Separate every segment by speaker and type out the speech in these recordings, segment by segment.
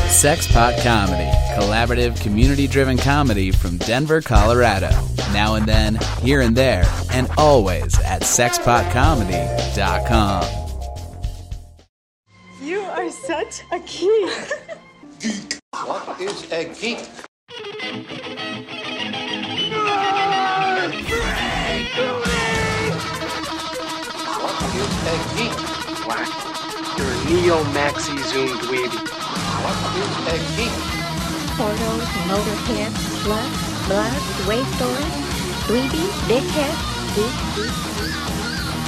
Speaker 1: Sexpot Comedy, collaborative, community driven comedy from Denver, Colorado. Now and then, here and there, and always at sexpotcomedy.com.
Speaker 2: You are such a geek.
Speaker 3: What is a geek? What is a geek?
Speaker 4: You're a neo maxi zoom dweeby.
Speaker 3: What is a geek?
Speaker 5: Portals, motorhead, slut, blood, waste story, dweeby, dickhead, geek, geek.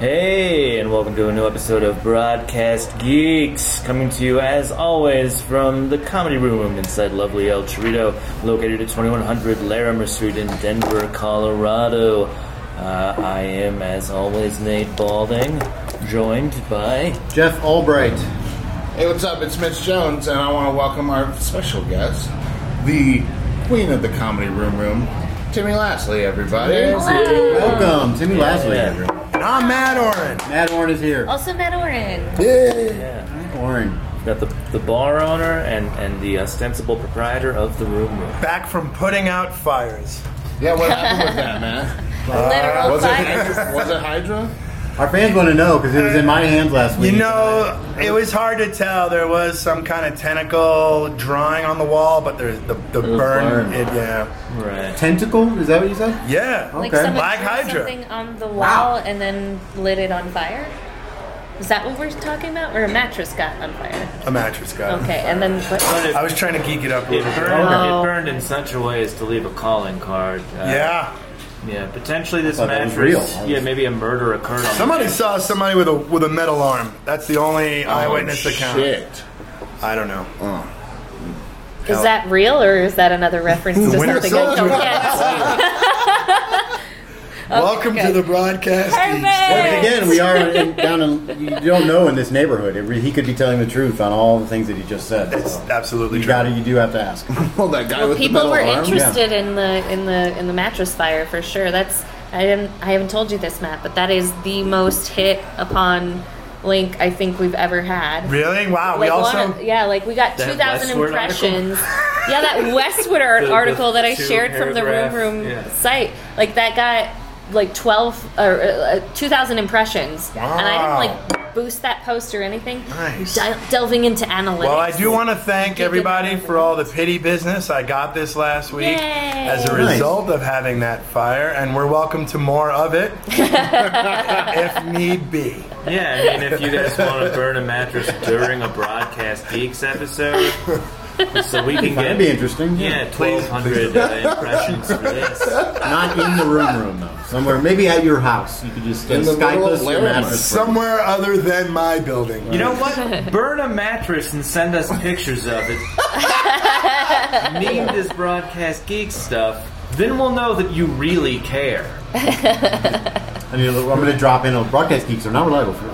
Speaker 6: Hey, and welcome to a new episode of Broadcast Geeks, coming to you as always from the comedy room inside lovely El Chorito, located at 2100 Larimer Street in Denver, Colorado. Uh, I am, as always, Nate Balding, joined by.
Speaker 7: Jeff Albright.
Speaker 8: Hey, what's up? It's Mitch Jones, and I want to welcome our special guest, the queen of the comedy room room, Timmy Lastly, everybody.
Speaker 7: Welcome, Timmy Lasley.
Speaker 6: Yeah.
Speaker 7: everyone.
Speaker 9: And I'm Matt Oren.
Speaker 7: Matt Orrin is here.
Speaker 10: Also met Oren.
Speaker 7: Orrin.
Speaker 6: Got the, the bar owner and, and the ostensible proprietor of the room room.
Speaker 9: Back from putting out fires.
Speaker 8: Yeah, what happened with that, man?
Speaker 10: Literal
Speaker 8: Was
Speaker 10: fire.
Speaker 8: it, was it Hydra?
Speaker 7: Our fans want to know because it was in my hands last
Speaker 9: You
Speaker 7: week.
Speaker 9: know, it was hard to tell. There was some kind of tentacle drawing on the wall, but there's the, the
Speaker 7: was
Speaker 9: burn.
Speaker 7: burned.
Speaker 9: It, yeah.
Speaker 6: Right.
Speaker 7: tentacle? Is that what you said?
Speaker 9: Yeah.
Speaker 10: Like
Speaker 7: Okay.
Speaker 10: someone
Speaker 9: Black
Speaker 10: threw
Speaker 9: Hydra.
Speaker 10: something on the wall and then lit it on fire. Is that what we're talking about? Or a mattress got on fire?
Speaker 9: A mattress guy.
Speaker 10: Okay, and then what?
Speaker 9: I was trying to geek it up a
Speaker 6: It
Speaker 9: little bit.
Speaker 6: burned,
Speaker 10: Oh.
Speaker 6: it burned in such a way as to leave a calling card. Uh,
Speaker 9: Yeah.
Speaker 6: Yeah, potentially this
Speaker 7: thought that
Speaker 6: mattress.
Speaker 7: was real. I was-
Speaker 6: Yeah, maybe a murder occurred. On
Speaker 9: Somebody saw somebody with a with a metal arm. That's the only eyewitness
Speaker 8: Oh,
Speaker 9: account.
Speaker 8: Shit.
Speaker 9: I don't know.
Speaker 10: Is that real or is that another reference to
Speaker 9: Winter
Speaker 10: something I don't
Speaker 9: Soldier.
Speaker 10: get?
Speaker 9: Welcome
Speaker 10: okay.
Speaker 9: to the broadcast.
Speaker 7: But again, we are in, down in, you don't know in this neighborhood. It re- he could be telling the truth on all the things that he just said.
Speaker 9: It's
Speaker 7: so.
Speaker 9: absolutely
Speaker 7: You
Speaker 9: true.
Speaker 7: gotta, you do have to ask.
Speaker 8: Well, that guy with the metal
Speaker 10: People were
Speaker 8: arm.
Speaker 10: interested in the in the in the mattress fire for sure. That's I didn't I haven't told you this, Matt, but that is the most hit upon link I think we've ever had.
Speaker 9: Really? Wow. we
Speaker 10: Like
Speaker 9: also.
Speaker 10: one of- yeah, like we got
Speaker 6: That
Speaker 10: two thousand
Speaker 6: Westward
Speaker 10: impressions. yeah, that Westward art-
Speaker 6: The- the
Speaker 10: article that I
Speaker 6: two
Speaker 10: shared from the Room
Speaker 6: paragraph,
Speaker 10: Room
Speaker 6: yeah.
Speaker 10: site, like that got like twelve or uh, two thousand impressions, and I didn't like boost that post or anything.
Speaker 9: Nice.
Speaker 10: Del- delving into analytics.
Speaker 9: Well, I do want to thank
Speaker 10: Get
Speaker 9: everybody
Speaker 10: good
Speaker 9: for all the pity business I got this last week
Speaker 10: Yay.
Speaker 9: as a
Speaker 7: Nice.
Speaker 9: result of having that fire, and we're welcome to more of it if need be.
Speaker 6: Yeah, I mean, if you guys want to burn a mattress during a broadcast geeks episode, so we can
Speaker 7: That'd
Speaker 6: get
Speaker 7: be interesting.
Speaker 6: yeah, twelve hundred uh, impressions for this.
Speaker 7: Not in the room room though. Somewhere, maybe at your house. You could just uh,
Speaker 8: In the
Speaker 7: Skype
Speaker 8: middle
Speaker 7: us
Speaker 8: of
Speaker 7: your
Speaker 8: Laramie.
Speaker 7: mattress. for-
Speaker 9: Somewhere other than my building.
Speaker 6: You know what? Burn a mattress and send us pictures of it. Meme this broadcast geek stuff. Then we'll know that you really care.
Speaker 7: I need a little- I'm gonna drop in on broadcast geeks are not reliable for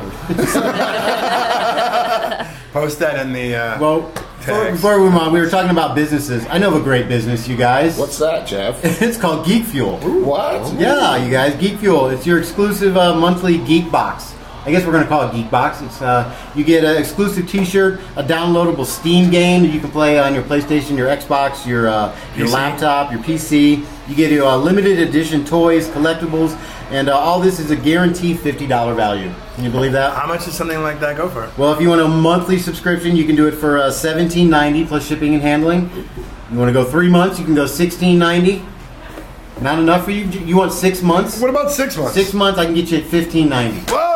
Speaker 9: Post that in the. Uh,
Speaker 7: Well, before,
Speaker 9: Thanks.
Speaker 7: before we move on, we were talking about businesses. I know of a great business, you guys.
Speaker 8: What's that, Jeff?
Speaker 7: It's called Geek Fuel.
Speaker 8: what?
Speaker 7: Yeah, you guys, Geek Fuel. It's your exclusive uh, monthly Geek Box. I guess we're gonna call it Geek Box. It's uh, you get an exclusive T-shirt, a downloadable Steam game that you can play on your PlayStation, your Xbox, your uh, your
Speaker 9: PC.
Speaker 7: laptop, your PC. You get uh, limited edition toys, collectibles, and uh, all this is a guaranteed fifty dollar value. Can you believe that?
Speaker 9: how much does something like that go for?
Speaker 7: Well, if you want a monthly subscription, you can do it for uh, seventeen ninety plus shipping and handling. You want to go three months, you can go sixteen ninety. Not enough for you? You want six months?
Speaker 9: What about six months?
Speaker 7: Six months, I can get you at fifteen ninety.
Speaker 9: Whoa!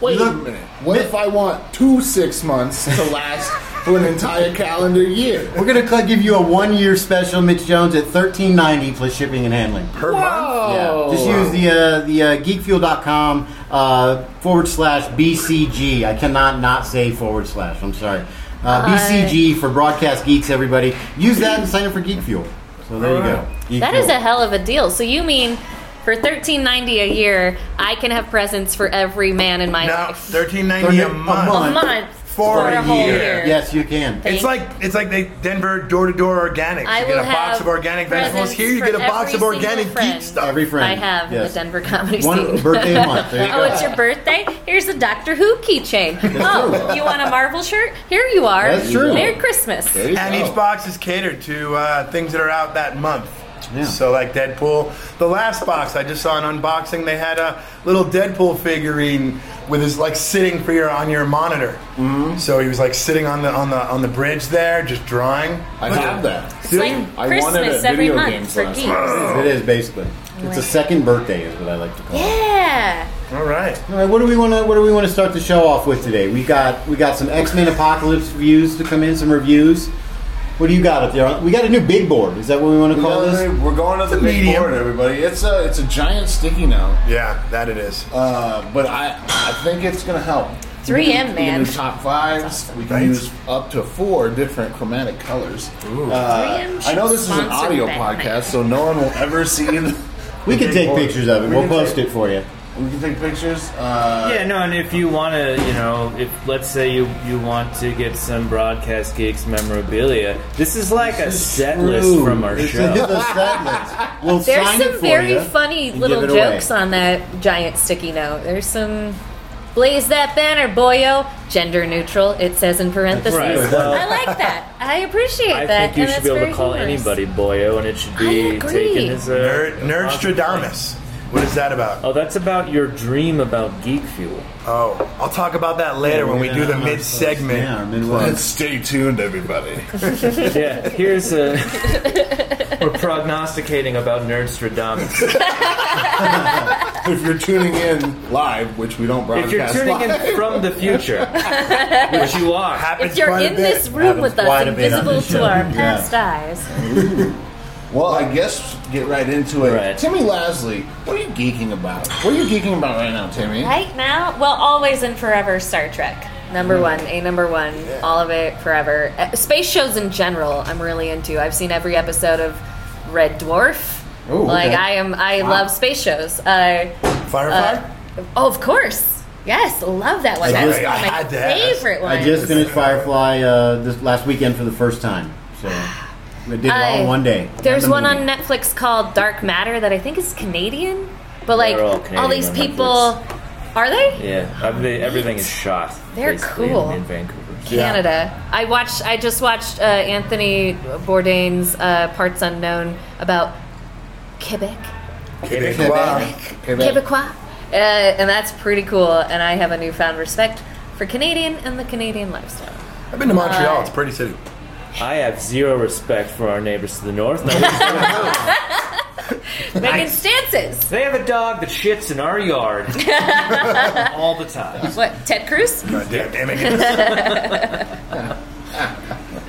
Speaker 8: Wait a minute. What if I want two six months to last for an entire calendar year?
Speaker 7: We're gonna cl- give you a one-year special, Mitch Jones, at thirteen ninety plus shipping and handling.
Speaker 9: Per month?
Speaker 8: Oh,
Speaker 7: Yeah. Just use the uh, the uh, geekfuel.com uh, forward slash BCG. I cannot not say forward slash. I'm sorry. Uh, BCG for broadcast geeks. Everybody, use that and sign up for Geek Fuel. So there you go. Geek
Speaker 10: That is
Speaker 7: Fuel.
Speaker 10: a hell of a deal. So you mean for thirteen ninety a year, I can have presents for every man in my
Speaker 9: No,
Speaker 10: life.
Speaker 9: thirteen ninety a
Speaker 7: A
Speaker 9: month.
Speaker 7: month.
Speaker 10: A month.
Speaker 9: for,
Speaker 10: For
Speaker 9: a,
Speaker 10: a whole
Speaker 9: year.
Speaker 10: year.
Speaker 7: Yes, you can.
Speaker 10: Thank-
Speaker 9: It's like it's like they Denver door to door organic.
Speaker 10: I
Speaker 9: you get
Speaker 10: will
Speaker 9: a box
Speaker 10: have
Speaker 9: of organic vegetables
Speaker 10: presents
Speaker 9: here. You
Speaker 10: for
Speaker 9: get a box
Speaker 10: every
Speaker 9: of organic
Speaker 10: single
Speaker 9: geek
Speaker 10: friend.
Speaker 9: stuff.
Speaker 7: Every friend.
Speaker 10: I have
Speaker 7: yes.
Speaker 10: the Denver comedy
Speaker 7: One
Speaker 10: scene.
Speaker 7: birthday a month. There you
Speaker 10: Oh,
Speaker 7: go.
Speaker 10: it's your birthday? Here's a Doctor Who keychain. Oh, you want a Marvel shirt? Here you are.
Speaker 7: That's true.
Speaker 10: Merry Christmas.
Speaker 8: There you
Speaker 9: And
Speaker 8: go.
Speaker 9: each box is catered to uh, things that are out that month.
Speaker 7: Yeah.
Speaker 9: So like Deadpool. The last box I just saw an unboxing. They had a little Deadpool figurine with his like sitting for your on your monitor. So he was like sitting on the on the on the bridge there, just drawing.
Speaker 8: I have that.
Speaker 10: It's like
Speaker 8: I wanted
Speaker 10: Christmas
Speaker 8: a
Speaker 10: every
Speaker 8: video game
Speaker 10: month for
Speaker 8: last
Speaker 10: geeks.
Speaker 7: It is basically. It's a second birthday, is what I like to call it.
Speaker 10: Yeah.
Speaker 9: All right.
Speaker 7: All right, what do we want to what do we want to start the show off with today? We got we got some X Men Apocalypse reviews to come in, some reviews. What do you got up there? We got a new big board. Is that what we want to
Speaker 8: We
Speaker 7: call
Speaker 8: got
Speaker 7: this?
Speaker 8: a- We're going to the
Speaker 9: a
Speaker 8: big
Speaker 9: medium.
Speaker 8: board, everybody. It's a it's a giant sticky note,
Speaker 9: Yeah, that it is.
Speaker 8: uh, but I I think it's gonna help.
Speaker 10: 3M,
Speaker 8: We can
Speaker 10: man.
Speaker 8: do top fives. We can
Speaker 9: Right.
Speaker 8: use up to four different chromatic colors. Uh,
Speaker 10: 3M
Speaker 8: I know this is an
Speaker 10: should sponsor
Speaker 8: audio
Speaker 10: Batman.
Speaker 8: podcast, so no one will ever see the.
Speaker 7: We can take pictures of it.
Speaker 8: We
Speaker 7: We'll
Speaker 8: can
Speaker 7: post
Speaker 8: take-
Speaker 7: it for you.
Speaker 8: We can take pictures. Uh,
Speaker 11: Yeah, no, and if you want to, you know, if let's say you you want to get some broadcast geeks memorabilia, this is like a set list
Speaker 7: Ooh,
Speaker 11: from our
Speaker 7: this
Speaker 11: show.
Speaker 7: is the set list. We'll
Speaker 10: There's
Speaker 7: sign it
Speaker 10: some
Speaker 7: for
Speaker 10: very
Speaker 7: you
Speaker 10: funny
Speaker 7: and
Speaker 10: little
Speaker 7: give it away.
Speaker 10: jokes on that giant sticky note. There's some blaze that banner, boyo. Gender neutral. It says in parentheses.
Speaker 11: Right.
Speaker 10: I
Speaker 11: Well,
Speaker 10: like that. I appreciate
Speaker 11: I
Speaker 10: that.
Speaker 11: think you
Speaker 10: and
Speaker 11: should
Speaker 10: it's
Speaker 11: be able
Speaker 10: very
Speaker 11: to call
Speaker 10: humorous.
Speaker 11: anybody boyo, and it should be
Speaker 10: I agree.
Speaker 11: taken as a
Speaker 9: Nerd
Speaker 11: as a positive thing.
Speaker 9: Nerdstradamus. What is that about?
Speaker 11: Oh, that's about your dream about geek fuel.
Speaker 9: Oh, I'll talk about that later when we do the
Speaker 7: Yeah,
Speaker 9: mid
Speaker 7: Yeah, our
Speaker 9: segment.
Speaker 8: Let's
Speaker 7: midwives.
Speaker 8: stay tuned, everybody.
Speaker 11: Yeah, here's a. We're prognosticating about Nerdstradamus.
Speaker 8: if you're tuning in live, which we don't
Speaker 11: If you're
Speaker 8: broadcast
Speaker 11: tuning
Speaker 8: live,
Speaker 11: in from the future, which you are,
Speaker 9: Happens
Speaker 10: If you're
Speaker 9: quite a
Speaker 10: in
Speaker 9: bit.
Speaker 10: this room with
Speaker 7: Happens quite
Speaker 10: us,
Speaker 7: a bit on
Speaker 10: invisible
Speaker 7: this show.
Speaker 10: to our
Speaker 7: Yeah.
Speaker 10: past eyes.
Speaker 8: well, I guess get right into it.
Speaker 11: Right.
Speaker 8: Timmy Lasley, what are you geeking about? What are you geeking about right now, Timmy?
Speaker 10: Right now, well, always and forever Star Trek. Number one, a number one, all of it forever. Uh, space shows in general, I'm really into. I've seen every episode of Red Dwarf.
Speaker 7: Ooh,
Speaker 10: like
Speaker 7: okay.
Speaker 10: I am, I love space shows. Uh,
Speaker 9: Firefly?
Speaker 10: oh, of course, yes, love that one.
Speaker 7: I
Speaker 10: That's
Speaker 7: just-
Speaker 10: one of
Speaker 9: I
Speaker 10: my
Speaker 9: had to ask.
Speaker 10: favorite one.
Speaker 7: I just finished Firefly uh, this last weekend for the first time, so we did it all
Speaker 10: I-
Speaker 7: in one day.
Speaker 10: Uh, There's
Speaker 7: And the
Speaker 10: one on
Speaker 7: movie.
Speaker 10: Netflix called Dark Matter that I think is Canadian, but like
Speaker 11: all
Speaker 10: all,
Speaker 11: Canadian
Speaker 10: these
Speaker 11: on
Speaker 10: people, are they?
Speaker 11: yeah, I mean, everything is shot.
Speaker 10: They're
Speaker 11: basically,
Speaker 10: cool.
Speaker 11: in Vancouver.
Speaker 10: Canada. I watched. I just watched uh, Anthony Bourdain's uh, Parts Unknown about Quebec,
Speaker 9: Wow.
Speaker 10: Quebecois, uh, and that's pretty cool. And I have a newfound respect for Canadian and the Canadian lifestyle.
Speaker 9: I've been to Montreal. It's a pretty city.
Speaker 11: I have zero respect for our neighbors to the north. No,
Speaker 10: Megan Stances.
Speaker 11: they have a dog that shits in our yard all the time.
Speaker 10: What? Ted Cruz?
Speaker 9: God damn, damn it.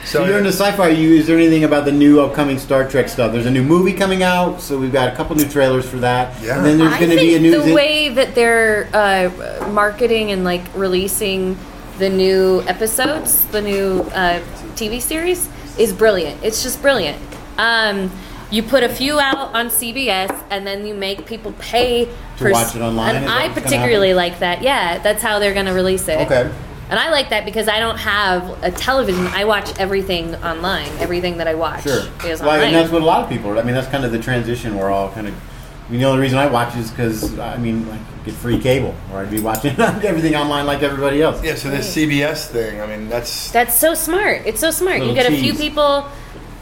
Speaker 7: So
Speaker 9: so
Speaker 7: you're into sci-fi. You is there anything about the new upcoming Star Trek stuff? There's a new movie coming out, so we've got a couple new trailers for that.
Speaker 9: Yeah.
Speaker 7: And then there's
Speaker 10: I
Speaker 7: going to
Speaker 10: think
Speaker 7: be a new.
Speaker 10: the way that they're uh, marketing and like releasing the new episodes, the new uh, TV series, is brilliant. It's just brilliant. Um, you put a few out on CBS, and then you make people pay to
Speaker 7: watch it online? Is
Speaker 10: And
Speaker 7: that
Speaker 10: I
Speaker 7: what's gonna
Speaker 10: particularly like that. Yeah, that's how they're going to release it.
Speaker 7: Okay.
Speaker 10: And I like that because I don't have a television. I watch everything online. Everything that I watch
Speaker 7: Sure.
Speaker 10: is
Speaker 7: Well,
Speaker 10: online.
Speaker 7: and that's what a lot of people. Are, I mean, that's kind of the transition we're all kind of. I mean, the only reason I watch is because I mean, like, get free cable, or I'd be watching everything online like everybody else.
Speaker 9: yeah, so this CBS thing, I mean, that's.
Speaker 10: That's so smart. It's so smart.
Speaker 7: Little
Speaker 10: you get a few
Speaker 7: cheese.
Speaker 10: people,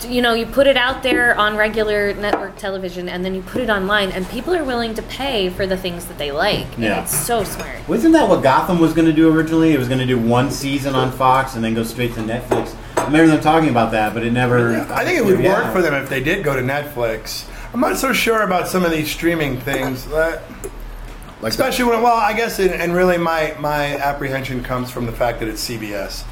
Speaker 10: you know, you put it out there on regular network television, and then you put it online, and people are willing to pay for the things that they like. And
Speaker 7: Yeah.
Speaker 10: it's so smart.
Speaker 7: Wasn't that what Gotham was going to do originally? It was going to do one season on Fox and then go straight to Netflix. I remember them talking about that, but it never.
Speaker 9: I think it would
Speaker 7: Yeah.
Speaker 9: work for them if they did go to Netflix. I'm not so sure about some of these streaming things. That,
Speaker 8: Like
Speaker 9: especially when, well, I guess, and, and really my, my apprehension comes from the fact that it's CBS.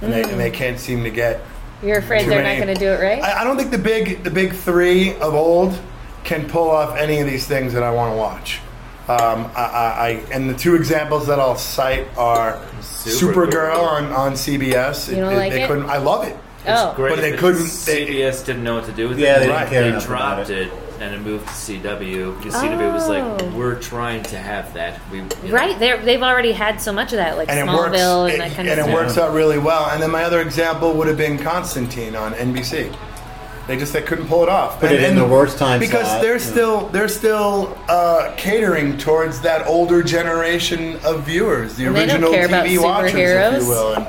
Speaker 9: And, they, and they can't seem to get.
Speaker 10: You're afraid
Speaker 9: too
Speaker 10: they're
Speaker 9: many-
Speaker 10: not going to do it right?
Speaker 9: I, I don't think the big the big three of old can pull off any of these things that I want to watch. Um, I, I, I and the two examples that I'll cite are Supergirl,
Speaker 11: Supergirl.
Speaker 9: on, on CBS.
Speaker 10: You don't like
Speaker 9: they
Speaker 10: it?
Speaker 9: couldn't. I love it.
Speaker 10: oh,
Speaker 11: Great,
Speaker 9: But they
Speaker 11: but
Speaker 9: couldn't- they-
Speaker 11: CBS didn't know what to do with
Speaker 7: Yeah,
Speaker 11: it.
Speaker 7: they didn't
Speaker 11: Right,
Speaker 7: care
Speaker 11: they
Speaker 7: enough about
Speaker 11: dropped
Speaker 7: it.
Speaker 11: it. and it moved to CW because CW was
Speaker 10: Oh.
Speaker 11: like, we're trying to have that. We you know,
Speaker 10: Right? They're, they've already had so much of that, like
Speaker 9: and it works.
Speaker 10: Smallville
Speaker 9: it-
Speaker 10: and that kind
Speaker 9: and
Speaker 10: of
Speaker 9: it
Speaker 10: stuff.
Speaker 9: works out really well. And then my other example would have been Constantine on NBC. They just they couldn't pull it off.
Speaker 7: Put
Speaker 9: and,
Speaker 7: it in
Speaker 9: and-
Speaker 7: the worst time
Speaker 9: because
Speaker 7: slot.
Speaker 9: they're
Speaker 7: Yeah.
Speaker 9: still they're still uh, catering towards that older generation of viewers, the
Speaker 10: And they don't
Speaker 9: original
Speaker 10: care about
Speaker 9: TV watchers, if
Speaker 10: superheroes.
Speaker 9: you will. And,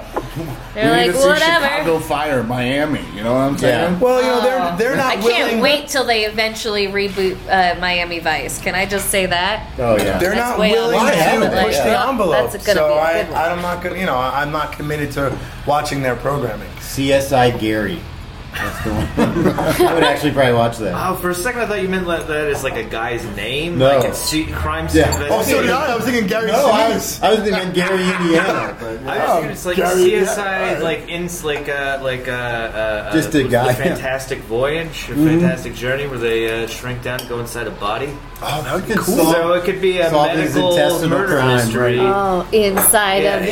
Speaker 10: They're
Speaker 8: We need
Speaker 10: like,
Speaker 8: to see
Speaker 10: whatever.
Speaker 8: Chicago Fire, Miami. You know what I'm saying?
Speaker 9: well, you know they're they're not
Speaker 10: Oh. I can't
Speaker 9: willing.
Speaker 10: wait till they eventually reboot uh, Miami Vice. Can I just say that?
Speaker 7: Oh yeah.
Speaker 9: They're
Speaker 10: That's
Speaker 9: not
Speaker 10: way
Speaker 9: willing
Speaker 10: out
Speaker 9: to
Speaker 10: there.
Speaker 9: push
Speaker 10: Like,
Speaker 9: the
Speaker 10: yeah.
Speaker 9: envelope.
Speaker 10: That's gonna
Speaker 9: so
Speaker 10: be a
Speaker 9: I,
Speaker 10: good one.
Speaker 9: I'm not gonna, you know, I'm not committed to watching their programming.
Speaker 7: CSI Gary. That's the one. I would actually probably watch that.
Speaker 11: Oh, for a second I thought you meant like, that is like a guy's name,
Speaker 7: No.
Speaker 11: like it's se- crime scene.
Speaker 7: Yeah.
Speaker 11: investigator.
Speaker 9: Oh, so did I. I was thinking Gary
Speaker 7: No, I
Speaker 9: Sinise.
Speaker 7: was, I was thinking Gary, Indiana. But,
Speaker 11: I was thinking it's like
Speaker 9: Gary,
Speaker 11: CSI,
Speaker 9: yeah.
Speaker 11: like in like uh, like uh, uh,
Speaker 7: Just
Speaker 11: uh,
Speaker 7: a guy. Mm-hmm.
Speaker 11: the Fantastic Voyage, or Fantastic Journey, where they uh, shrink down, and go inside a body.
Speaker 9: Oh, that would be
Speaker 7: Cool.
Speaker 9: cool.
Speaker 7: Solve-
Speaker 11: so it could be a
Speaker 7: solve his
Speaker 11: medical
Speaker 7: intestinal
Speaker 11: murder
Speaker 7: crime,
Speaker 11: mystery.
Speaker 10: Oh, inside
Speaker 11: Yeah,
Speaker 10: of
Speaker 11: yeah,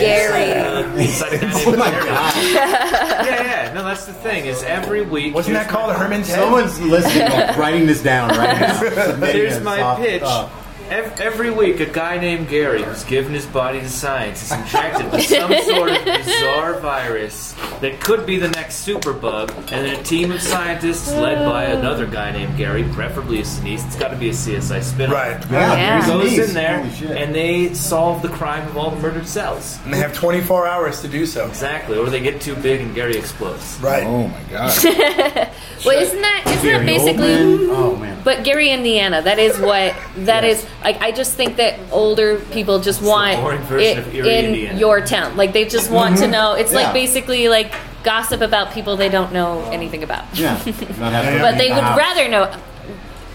Speaker 10: Gary.
Speaker 11: Inside, uh, inside
Speaker 7: oh my
Speaker 11: Gary.
Speaker 7: god!
Speaker 11: Yeah, yeah. No, that's the thing. Is every week
Speaker 9: Wasn't
Speaker 11: here's
Speaker 9: that called
Speaker 11: my-
Speaker 9: a Herman's head?
Speaker 7: Someone's listening, like, writing this down right now.
Speaker 11: Here's
Speaker 7: Submitting
Speaker 11: my
Speaker 7: this off the
Speaker 11: pitch.
Speaker 7: top.
Speaker 11: Ev- Every week, a guy named Gary who's given his body to science is injected with some sort of bizarre virus that could be the next superbug, and then a team of scientists led by another guy named Gary, preferably a Sinise. It's got to be a CSI spin-off.
Speaker 9: Right.
Speaker 7: Yeah,
Speaker 10: Yeah.
Speaker 7: Gary
Speaker 11: Goes
Speaker 7: Sinise.
Speaker 11: in there
Speaker 7: Holy shit.
Speaker 11: and they solve the crime of all the murdered cells.
Speaker 9: And they have 24 hours to do so.
Speaker 11: Exactly, or they get too big and Gary explodes.
Speaker 9: Right.
Speaker 8: Oh my god.
Speaker 10: Well, isn't that isn't
Speaker 7: Gary
Speaker 10: that basically?
Speaker 7: Oldman. Oh man.
Speaker 10: But Gary, Indiana. That is what that is. Like I just think that older people just want
Speaker 11: boring
Speaker 10: it
Speaker 11: version of Erie,
Speaker 10: in
Speaker 11: Indiana.
Speaker 10: your town. Like they just want to know. It's
Speaker 7: Yeah.
Speaker 10: like basically like gossip about people they don't know anything about.
Speaker 7: Yeah. Not having
Speaker 10: But they would
Speaker 8: uh-huh.
Speaker 7: Ah.
Speaker 10: rather know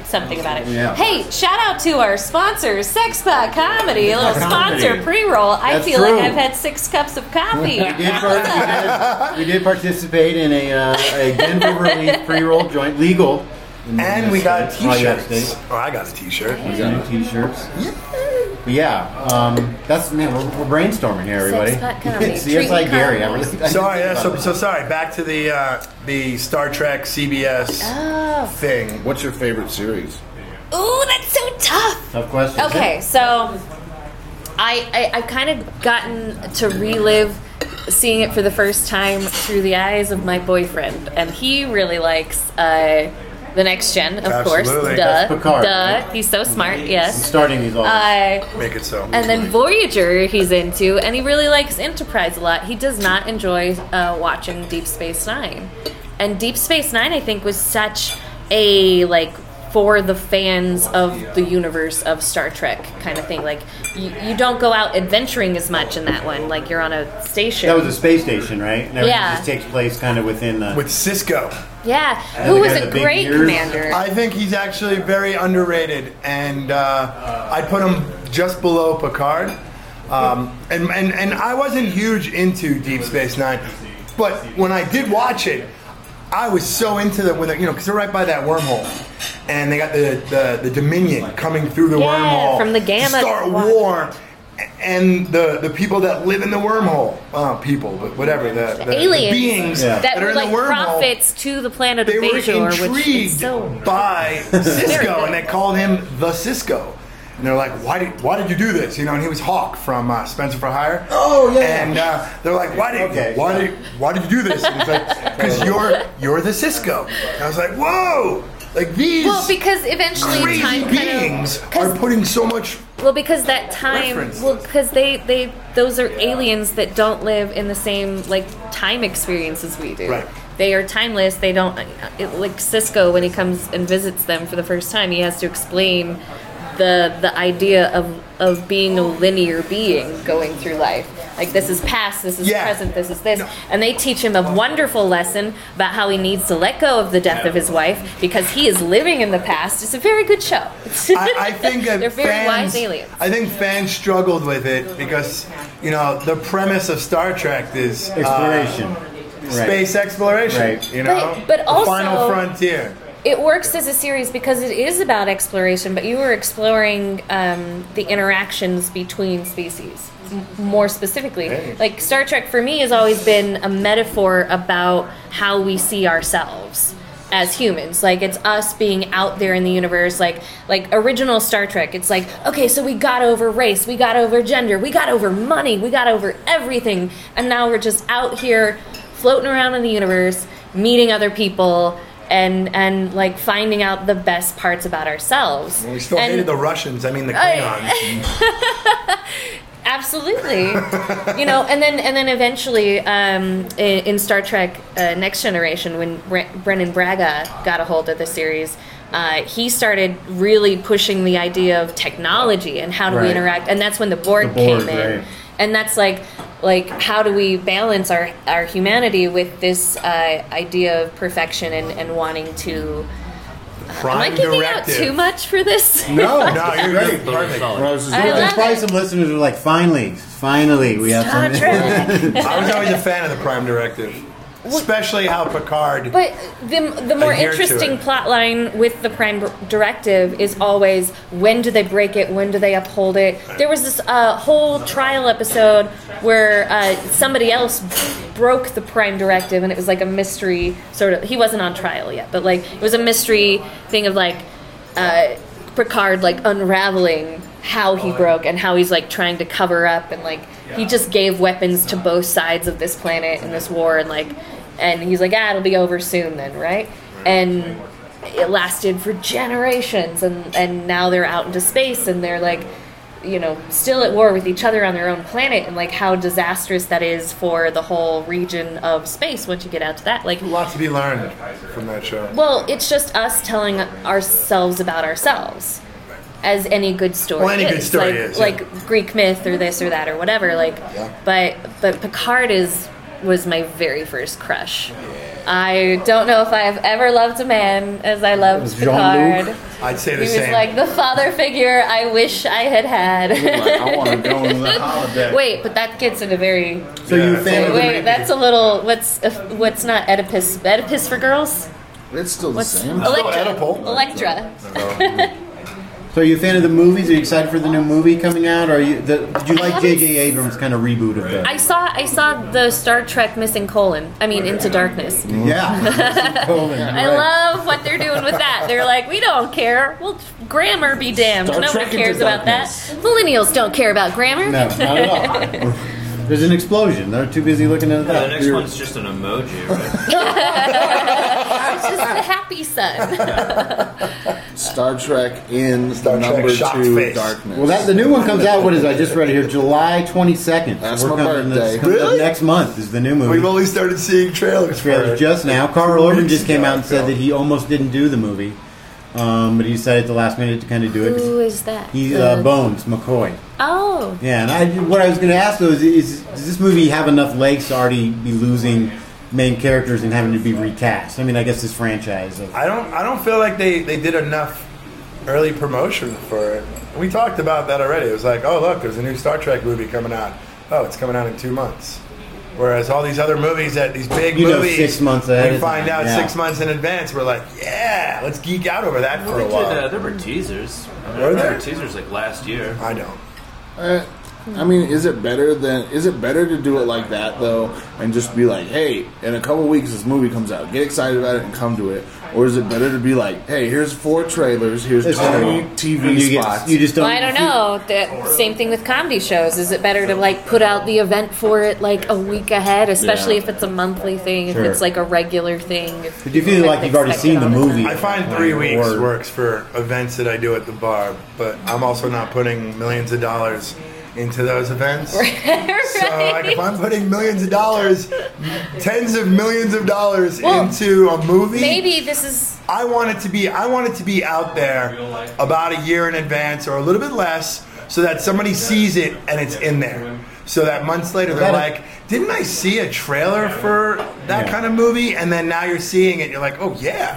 Speaker 10: something about it.
Speaker 7: Yeah.
Speaker 10: Hey, shout out to our sponsor, Sexbot Comedy, a little sponsor pre-roll. I
Speaker 7: That's
Speaker 10: feel
Speaker 7: true.
Speaker 10: like I've had six cups of coffee.
Speaker 7: We did, par- we, did, we did participate in a, uh, a Denver relief pre-roll joint legal. in
Speaker 9: And we got
Speaker 7: Minnesota. Oh, yeah,
Speaker 9: t-shirts.
Speaker 7: state.
Speaker 9: Oh, I got a t-shirt.
Speaker 7: We got new t-shirts. But yeah, um, that's man. We're, we're brainstorming here, everybody.
Speaker 10: Sexbot comedy.
Speaker 7: CSI
Speaker 10: Treating
Speaker 7: Gary. I
Speaker 10: criminals.
Speaker 7: really, I
Speaker 9: Sorry,
Speaker 7: didn't
Speaker 9: yeah,
Speaker 7: think
Speaker 9: so,
Speaker 7: about
Speaker 9: so sorry. Back to the uh, the Star Trek CBS
Speaker 10: Oh.
Speaker 9: thing.
Speaker 8: What's your favorite series?
Speaker 10: Ooh, that's so tough.
Speaker 7: that. tough question.
Speaker 10: Okay, so I, I I've kind of gotten to relive seeing it for the first time through the eyes of my boyfriend, and he really likes uh, the next gen, of
Speaker 9: Absolutely.
Speaker 10: course. Duh,
Speaker 9: That's
Speaker 7: Picard,
Speaker 10: duh.
Speaker 7: right?
Speaker 10: He's so smart.
Speaker 7: I'm
Speaker 10: Yes.
Speaker 7: starting these all.
Speaker 10: Uh,
Speaker 9: Make it so.
Speaker 10: and then Voyager, he's into, and he really likes Enterprise a lot. He does not enjoy uh, watching Deep Space Nine, and Deep Space Nine, I think, was such a like for the fans of the universe of Star Trek kind of thing. Like you, you don't go out adventuring as much in that one. Like you're on a station.
Speaker 7: that was a space station, right? And everything
Speaker 10: Yeah.
Speaker 7: just takes place kind of within the.
Speaker 9: With Cisco.
Speaker 10: yeah,
Speaker 7: And
Speaker 10: who
Speaker 7: the
Speaker 10: was
Speaker 7: guy with
Speaker 10: a
Speaker 7: the big
Speaker 10: great
Speaker 7: ears.
Speaker 10: commander?
Speaker 9: I think he's actually very underrated, and uh, I put him just below Picard. Um, and, and and I wasn't huge into Deep Space Nine, but when I did watch it, I was so into the when they're, you know because they're right by that wormhole, and they got the the, the Dominion coming through the
Speaker 10: Yeah,
Speaker 9: wormhole
Speaker 10: from the gamma
Speaker 9: to start
Speaker 10: one.
Speaker 9: war. And the, the people that live in the wormhole, uh, people, but whatever the, the, the
Speaker 10: Aliens
Speaker 9: beings
Speaker 7: Yeah.
Speaker 10: that
Speaker 9: are
Speaker 10: were
Speaker 9: in
Speaker 10: like
Speaker 9: the wormhole,
Speaker 10: prophets to the planet of
Speaker 9: they were
Speaker 10: Bajor, which is
Speaker 9: intrigued
Speaker 10: so
Speaker 9: by
Speaker 10: Very
Speaker 9: Cisco,
Speaker 10: good.
Speaker 9: and they called him the Cisco. And they're like, "Why did Why did you do this?" You know, and he was Hawk from uh, Spencer for Hire.
Speaker 7: Oh, yeah.
Speaker 9: And uh, they're like, "Why did
Speaker 7: Okay.
Speaker 9: Why did Why did you do this?" And it's like, "Because you're you're the Cisco." And I was like, "Whoa!" Like these
Speaker 10: Well, because eventually
Speaker 9: crazy
Speaker 10: time kind
Speaker 9: beings
Speaker 10: of
Speaker 9: are putting so much.
Speaker 10: well because that time
Speaker 9: References.
Speaker 10: well because they they those are aliens that don't live in the same like time experience as we do.
Speaker 9: Right.
Speaker 10: They are timeless. They don't it, like Cisco when he comes and visits them for the first time. He has to explain the the idea of of being a linear being going through life. Like this is past, this is
Speaker 9: Yeah.
Speaker 10: present, this is this. And they teach him a wonderful lesson about how he needs to let go of the death of his wife because he is living in the past. It's a very good show.
Speaker 9: I, I think that
Speaker 10: they're very
Speaker 9: fans,
Speaker 10: wise aliens.
Speaker 9: I think fans struggled with it because you know the premise of Star Trek is uh,
Speaker 7: exploration.
Speaker 9: space exploration.
Speaker 7: Right.
Speaker 9: You know,
Speaker 10: But- but
Speaker 9: The
Speaker 10: also-
Speaker 9: final frontier.
Speaker 10: it works as a series because it is about exploration, but you were exploring um, the interactions between species m- more specifically. Like Star Trek for me has always been a metaphor about how we see ourselves. as humans. Like it's us being out there in the universe. Like like original Star Trek. It's like okay, so we got over race, we got over gender, we got over money, we got over everything, and now we're just out here floating around in the universe, meeting other people. And, and like finding out the best parts about ourselves.
Speaker 9: We still
Speaker 10: And-
Speaker 9: hated the Russians. I mean, the Klingons.
Speaker 10: Absolutely, you know, and then and then eventually um, in, in Star Trek: uh, Next Generation, when Bre- Brennan Braga got a hold of the series, uh, he started really pushing the idea of technology and how do we
Speaker 7: Right.
Speaker 10: interact, and that's when the Borg,
Speaker 7: The Borg,
Speaker 10: came in,
Speaker 7: right.
Speaker 10: and that's like like how do we balance our our humanity with this uh, idea of perfection and, and wanting to. Am I
Speaker 9: Prime
Speaker 10: giving
Speaker 9: directive.
Speaker 10: out too much for this?
Speaker 9: No, no, you're great. Perfect.
Speaker 11: Solid.
Speaker 10: I
Speaker 7: There's
Speaker 10: love
Speaker 7: probably
Speaker 10: it.
Speaker 7: some listeners who are like, finally, finally, we have
Speaker 10: Star
Speaker 7: something.
Speaker 10: Trek.
Speaker 9: I was always a fan of the Prime Directive, especially how Picard.
Speaker 10: But the, the more
Speaker 9: adhere to
Speaker 10: interesting
Speaker 9: it.
Speaker 10: plot line with the Prime Directive is always when do they break it? When do they uphold it? There was this uh, whole trial episode where uh, somebody else broke the Prime Directive, and it was like a mystery sort of. He wasn't on trial yet, but like it was a mystery thing of like uh, Picard like unraveling how he broke and how he's like trying to cover up and like he just gave weapons to both sides of this planet in this war and like and he's like ah it'll be over soon then right and it lasted for generations and and now they're out into space and they're like you know still at war with each other on their own planet and like how disastrous that is for the whole region of space once you get out to that like
Speaker 9: a lot to be learned from that show.
Speaker 10: well, it's just us telling ourselves about ourselves, as any good story.
Speaker 9: Well, any
Speaker 10: is.
Speaker 9: good story
Speaker 10: like,
Speaker 9: is, yeah.
Speaker 10: like Greek myth or this or that or whatever. Like, but but Picard is was my very first crush. I don't know if I've ever loved a man as I loved
Speaker 7: was Jean-Luc.
Speaker 10: Picard.
Speaker 9: I'd say
Speaker 10: He
Speaker 9: the
Speaker 10: was
Speaker 9: same.
Speaker 10: like the father figure I wish I had had.
Speaker 8: Like, I want to go into the holodeck.
Speaker 10: Wait, but that gets into very.
Speaker 7: So you're a fan
Speaker 10: Wait,
Speaker 7: of
Speaker 10: wait,
Speaker 7: the
Speaker 10: that's a little. What's what's not Oedipus? Oedipus for girls?
Speaker 8: It's still the
Speaker 10: What's
Speaker 8: same.
Speaker 10: Electra?
Speaker 9: Oedipal.
Speaker 10: Electra.
Speaker 7: So you're a fan of the movies? Are you excited for the new movie coming out? Or are you, the, did you like
Speaker 10: haven't
Speaker 7: J.J. Abrams' kind of reboot of that?
Speaker 10: I saw I saw the Star Trek Missing Colon. I mean Into Darkness.
Speaker 7: Mm. yeah. Colin, you're
Speaker 10: I
Speaker 7: right.
Speaker 10: love what they're doing with that. They're like, we don't care. Well, grammar be damned.
Speaker 11: Star
Speaker 10: Nobody
Speaker 11: Trek Into
Speaker 10: cares about that.
Speaker 11: Darkness.
Speaker 10: Millennials don't care about grammar.
Speaker 7: No, not at all. There's an explosion. They're too busy looking at that.
Speaker 6: The next
Speaker 7: You're-
Speaker 6: one's just an emoji, right?
Speaker 10: It's just the happy sun.
Speaker 8: Star Trek in
Speaker 9: Star Trek
Speaker 8: number
Speaker 9: shocked
Speaker 8: two
Speaker 9: face.
Speaker 8: darkness.
Speaker 7: Well, that the new one comes out. What is? it? I just read it here, July twenty second.
Speaker 8: That's my birthday.
Speaker 9: Really?
Speaker 7: Next month is the new movie.
Speaker 9: We've only started seeing trailers for
Speaker 7: trailers
Speaker 9: it.
Speaker 7: just now. Carl Urban just came out and said
Speaker 9: Phil.
Speaker 7: that he almost didn't do the movie, um, but he decided at the last minute to kind of do it. 'cause
Speaker 10: Who is that?
Speaker 7: He
Speaker 10: The-
Speaker 7: uh, Bones McCoy.
Speaker 10: Oh.
Speaker 7: Yeah, and I, what I was going to ask though is, is, does this movie have enough legs to already be losing main characters and having to be recast? I mean, I guess this franchise. Of,
Speaker 9: I don't. I don't feel like they they did enough early promotion for it. We talked about that already. It was like, oh look, there's a new Star Trek movie coming out. Oh, it's coming out in two months. Whereas all these other movies that these big
Speaker 7: You know,
Speaker 9: movies,
Speaker 7: six months ahead
Speaker 9: we
Speaker 7: of
Speaker 9: find
Speaker 7: time,
Speaker 9: out
Speaker 7: yeah.
Speaker 9: six months in advance. We're like, yeah, let's geek out over that for
Speaker 6: They
Speaker 9: a
Speaker 6: did,
Speaker 9: while.
Speaker 6: uh, there were teasers.
Speaker 9: Were there?
Speaker 6: were teasers like last year.
Speaker 9: I know.
Speaker 8: Uh, I mean, is it better than? Is it better to do it like that though, and just be like, "Hey, in a couple weeks this movie comes out. Get excited about it and come to it." Or is it better to be like, "Hey, here's four trailers. Here's
Speaker 7: It's
Speaker 8: twenty
Speaker 7: terrible.
Speaker 8: TV
Speaker 7: you,
Speaker 8: spots."
Speaker 7: Get, you just don't.
Speaker 10: Well, I don't know. The same thing with comedy shows. Is it better to like put out the event for it like a week ahead, especially
Speaker 8: Yeah.
Speaker 10: if it's a monthly thing,
Speaker 7: Sure.
Speaker 10: if it's like a regular thing? if
Speaker 7: But you feel
Speaker 10: people
Speaker 7: like
Speaker 10: can
Speaker 7: you've already
Speaker 10: expect it
Speaker 7: seen the
Speaker 10: all time.
Speaker 7: movie.
Speaker 9: I find three
Speaker 7: Or-
Speaker 9: weeks works for events that I do at the bar, but I'm also not putting millions of dollars into those events. So, like, if I'm putting millions of dollars, tens of millions of dollars
Speaker 10: Well,
Speaker 9: into a movie,
Speaker 10: Maybe this is
Speaker 9: I want it to be I want it to be out there about a year in advance or a little bit less, so that somebody sees it and it's in there. So that months later they're
Speaker 7: Gotta-
Speaker 9: like, "Didn't I see a trailer for that
Speaker 7: Yeah.
Speaker 9: kind of movie?" And then now you're seeing it, you're like, "Oh yeah,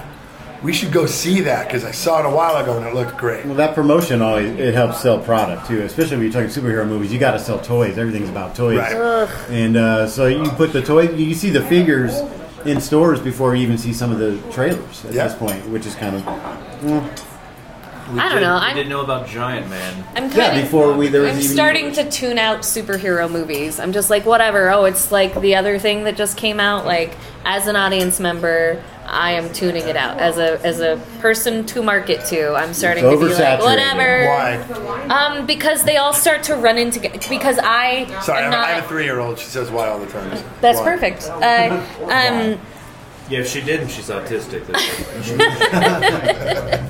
Speaker 9: we should go see that because I saw it a while ago and it looked great."
Speaker 7: Well, that promotion always it helps sell product too, especially when you're talking superhero movies. You got to sell toys. Everything's about toys,
Speaker 9: Right.
Speaker 7: and uh, so you put the toy. You see the figures in stores before you even see some of the trailers at
Speaker 9: Yeah.
Speaker 7: this point, which is kind of
Speaker 10: I don't know.
Speaker 6: I
Speaker 10: I'm
Speaker 6: didn't know about Giant Man.
Speaker 10: I'm kind
Speaker 7: yeah.
Speaker 10: of
Speaker 7: Before we there was
Speaker 10: I'm
Speaker 7: even,
Speaker 10: starting to tune out superhero movies. I'm just like whatever. Oh, it's like the other thing that just came out. Like as an audience member,
Speaker 5: I am tuning it out as a as a person to market to. I'm starting
Speaker 7: It's
Speaker 5: to be like
Speaker 7: oversaturated.
Speaker 5: whatever.
Speaker 9: Why?
Speaker 5: Um, because they all start to run into because I
Speaker 9: Sorry, I
Speaker 5: am
Speaker 9: have, I
Speaker 5: not.
Speaker 9: have a three-year-old. She says why all the time.
Speaker 5: that's
Speaker 9: Why?
Speaker 5: perfect. Uh, um,
Speaker 6: Yeah, if she didn't, she's autistic.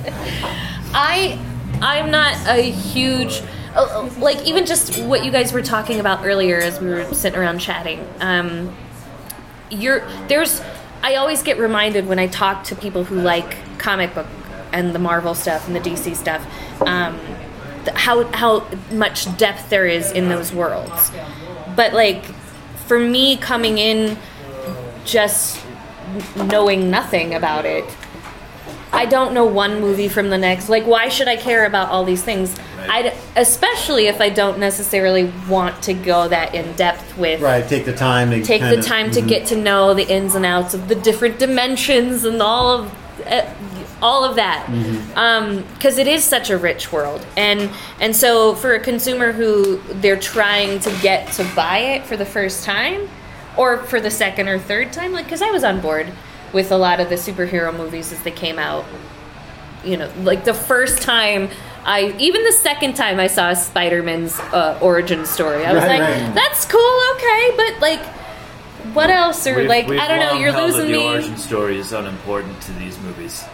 Speaker 5: I I'm not a huge uh, like even just what you guys were talking about earlier as we were sitting around chatting. Um, you're there's I always get reminded when I talk to people who like comic book and the Marvel stuff and the DC stuff. Um, th- how how much depth there is in those worlds, but like for me coming in just n- knowing nothing about it I don't know one movie from the next. Like, why should I care about all these things? I, especially if I don't necessarily want to go that in depth with.
Speaker 7: Right, take the time to
Speaker 5: Take
Speaker 7: kind
Speaker 5: the
Speaker 7: of-
Speaker 5: time to
Speaker 7: mhm.
Speaker 5: get to know the ins and outs of the different dimensions and all of uh, all of that,
Speaker 7: Mm-hmm.
Speaker 5: because it is such a rich world. And and so for a consumer who they're trying to get to buy it for the first time, or for the second or third time, like because I was on board with a lot of the superhero movies as they came out you know, like the first time I, even the second time I saw Spider Man's uh, origin story, I was
Speaker 7: Right,
Speaker 5: like,
Speaker 7: right.
Speaker 5: that's cool, okay, but like, what else? Or like, I don't know, you're losing
Speaker 6: the
Speaker 5: me.
Speaker 6: origin story is unimportant to these movies.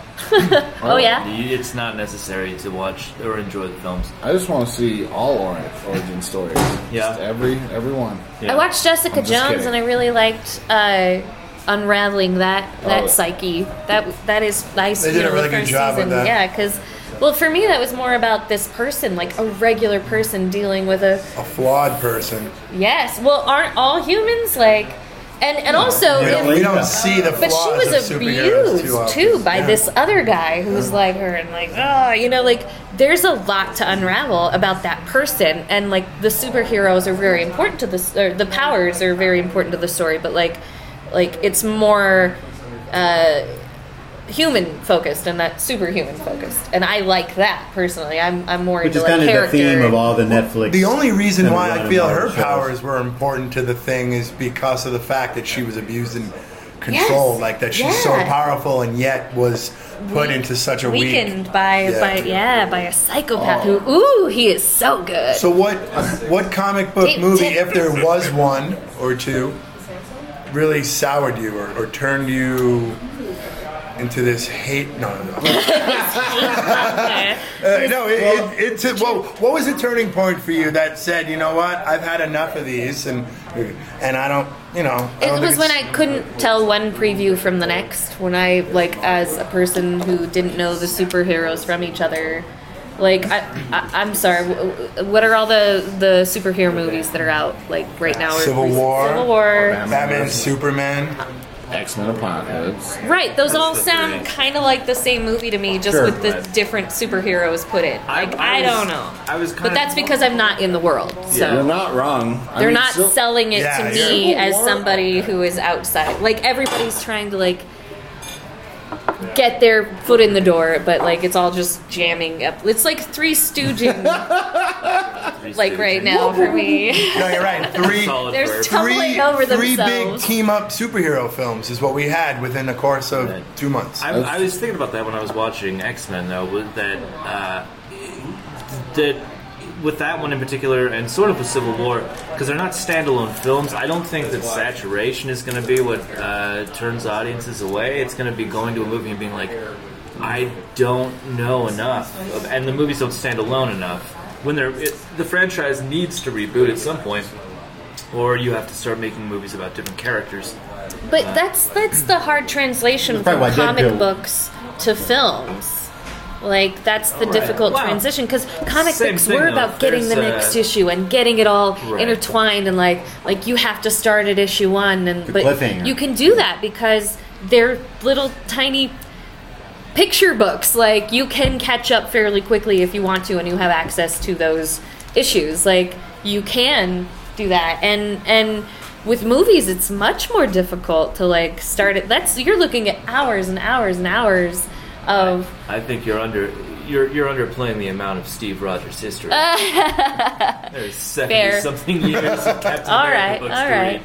Speaker 5: Oh, yeah?
Speaker 6: You- It's not necessary to watch or enjoy the films.
Speaker 8: I just want to see all origin, origin stories.
Speaker 6: Yeah.
Speaker 8: Just every everyone.
Speaker 6: Yeah.
Speaker 5: I watched Jessica
Speaker 8: I'm just
Speaker 5: Jones
Speaker 8: kidding.
Speaker 5: and I really liked uh, unraveling that that
Speaker 8: Oh.
Speaker 5: psyche. That that is nice.
Speaker 9: They did
Speaker 5: you
Speaker 9: a
Speaker 5: know,
Speaker 9: really
Speaker 5: the
Speaker 9: good
Speaker 5: first
Speaker 9: job with
Speaker 5: season.
Speaker 9: that.
Speaker 5: Yeah, because well, for me that was more about this person, like a regular person dealing with a
Speaker 9: A flawed person.
Speaker 5: yes. Well, aren't all humans like? And and also
Speaker 9: We
Speaker 5: if-
Speaker 9: don't, we don't see the flaws
Speaker 5: But she was
Speaker 9: of superheroes
Speaker 5: abused
Speaker 9: too, often.
Speaker 5: too, by
Speaker 9: Yeah.
Speaker 5: this other guy who was like her and like, oh, you know, like there's a lot to unravel about that person, and like the superheroes are very important to this, or the powers are very important to the story, but like, like it's more uh, human focused and not superhuman focused, and I like that personally. I'm I'm more
Speaker 7: Which
Speaker 5: into
Speaker 7: is
Speaker 5: like
Speaker 7: kind of the
Speaker 5: character.
Speaker 7: theme of all the Netflix.
Speaker 9: The only reason
Speaker 7: kind of
Speaker 9: why
Speaker 7: run
Speaker 9: I
Speaker 7: of
Speaker 9: feel
Speaker 7: Marvel
Speaker 9: her
Speaker 7: shows.
Speaker 9: powers were important to the thing is because of the fact that she was abused and controlled,
Speaker 5: Yes.
Speaker 9: like that she's so
Speaker 5: Yeah.
Speaker 9: powerful and yet was put into such a weak.
Speaker 5: weakened by
Speaker 9: Yeah.
Speaker 5: by yeah by a psychopath who ooh he is so good.
Speaker 9: So what? What comic book
Speaker 5: Deep
Speaker 9: movie,
Speaker 5: tip.
Speaker 9: if there was one or two, really soured you or, or turned you into this hate? No, no, no. Uh, no, it, it, it's a, well, what was the turning point for you that said, you know what, I've had enough of these, and and I don't, you know, I
Speaker 5: It
Speaker 9: don't think
Speaker 5: was when
Speaker 9: it's-
Speaker 5: I couldn't tell one preview from the next. When I, like, as a person who didn't know the superheroes from each other, like, I, I, I'm sorry. w- w- What are all the the superhero movies that are out like right now?
Speaker 9: Civil
Speaker 5: Recent-
Speaker 9: War. Oh,
Speaker 5: Civil War.
Speaker 9: Batman, Superman.
Speaker 8: X Men Apocalypse.
Speaker 5: Right. Those all
Speaker 6: the
Speaker 5: sound
Speaker 6: three.
Speaker 5: kind of like the same movie to me, just
Speaker 7: Sure.
Speaker 5: with the different superheroes put in.
Speaker 6: I-
Speaker 5: Like,
Speaker 6: I
Speaker 5: I,
Speaker 6: was-
Speaker 5: don't know.
Speaker 6: I was
Speaker 5: but
Speaker 6: kinda-
Speaker 5: that's because I'm not in the world. So.
Speaker 8: You're not wrong. I
Speaker 5: They're
Speaker 8: mean,
Speaker 5: not
Speaker 8: Sil-
Speaker 5: selling it
Speaker 9: Yeah,
Speaker 5: to
Speaker 9: yeah.
Speaker 5: me as somebody who is outside. Like everybody's trying to like get their foot in the door, but like it's all just jamming up. It's like Three Stooges, like right now for me.
Speaker 9: No, you're right. Three,
Speaker 6: Solid
Speaker 5: They're
Speaker 6: verb.
Speaker 5: tough. Tumbling
Speaker 9: three,
Speaker 5: over
Speaker 9: three big
Speaker 5: themselves.
Speaker 9: team-up superhero films is what we had within the course of
Speaker 6: Right.
Speaker 9: two months.
Speaker 6: I, I was thinking about that when I was watching X Men, though, with that uh, that with that one in particular, and sort of with Civil War, because they're not standalone films. I don't think that saturation is going to be what uh, turns audiences away. It's going to be going to a movie and being like, I don't know enough, of, and the movies don't stand alone enough. When they're it, the franchise needs to reboot at some point, or you have to start making movies about different characters.
Speaker 5: But that's that's the hard translation
Speaker 7: That's
Speaker 5: from
Speaker 7: probably why
Speaker 5: comic
Speaker 7: Deadpool-
Speaker 5: books to films. Like that's the difficult
Speaker 6: Wow.
Speaker 5: transition because comic
Speaker 6: Same
Speaker 5: books
Speaker 6: thing,
Speaker 5: were
Speaker 6: though.
Speaker 5: about getting the
Speaker 6: There's, uh,
Speaker 5: next issue and getting it all
Speaker 6: Right.
Speaker 5: intertwined and like like you have to start at issue one and
Speaker 7: cliffhanger.
Speaker 5: but you can do that because they're little tiny picture books. Like you can catch up fairly quickly if you want to, and you have access to those issues. Like you can do that, and and with movies, it's much more difficult to like start it. That's you're looking at hours and hours and hours of.
Speaker 6: I think you're under you're you're underplaying the amount of Steve Rogers history. There's seventy
Speaker 5: Fair.
Speaker 6: something years of Captain
Speaker 5: All
Speaker 6: America
Speaker 5: right,
Speaker 6: books
Speaker 5: all
Speaker 6: to
Speaker 5: right.
Speaker 6: read.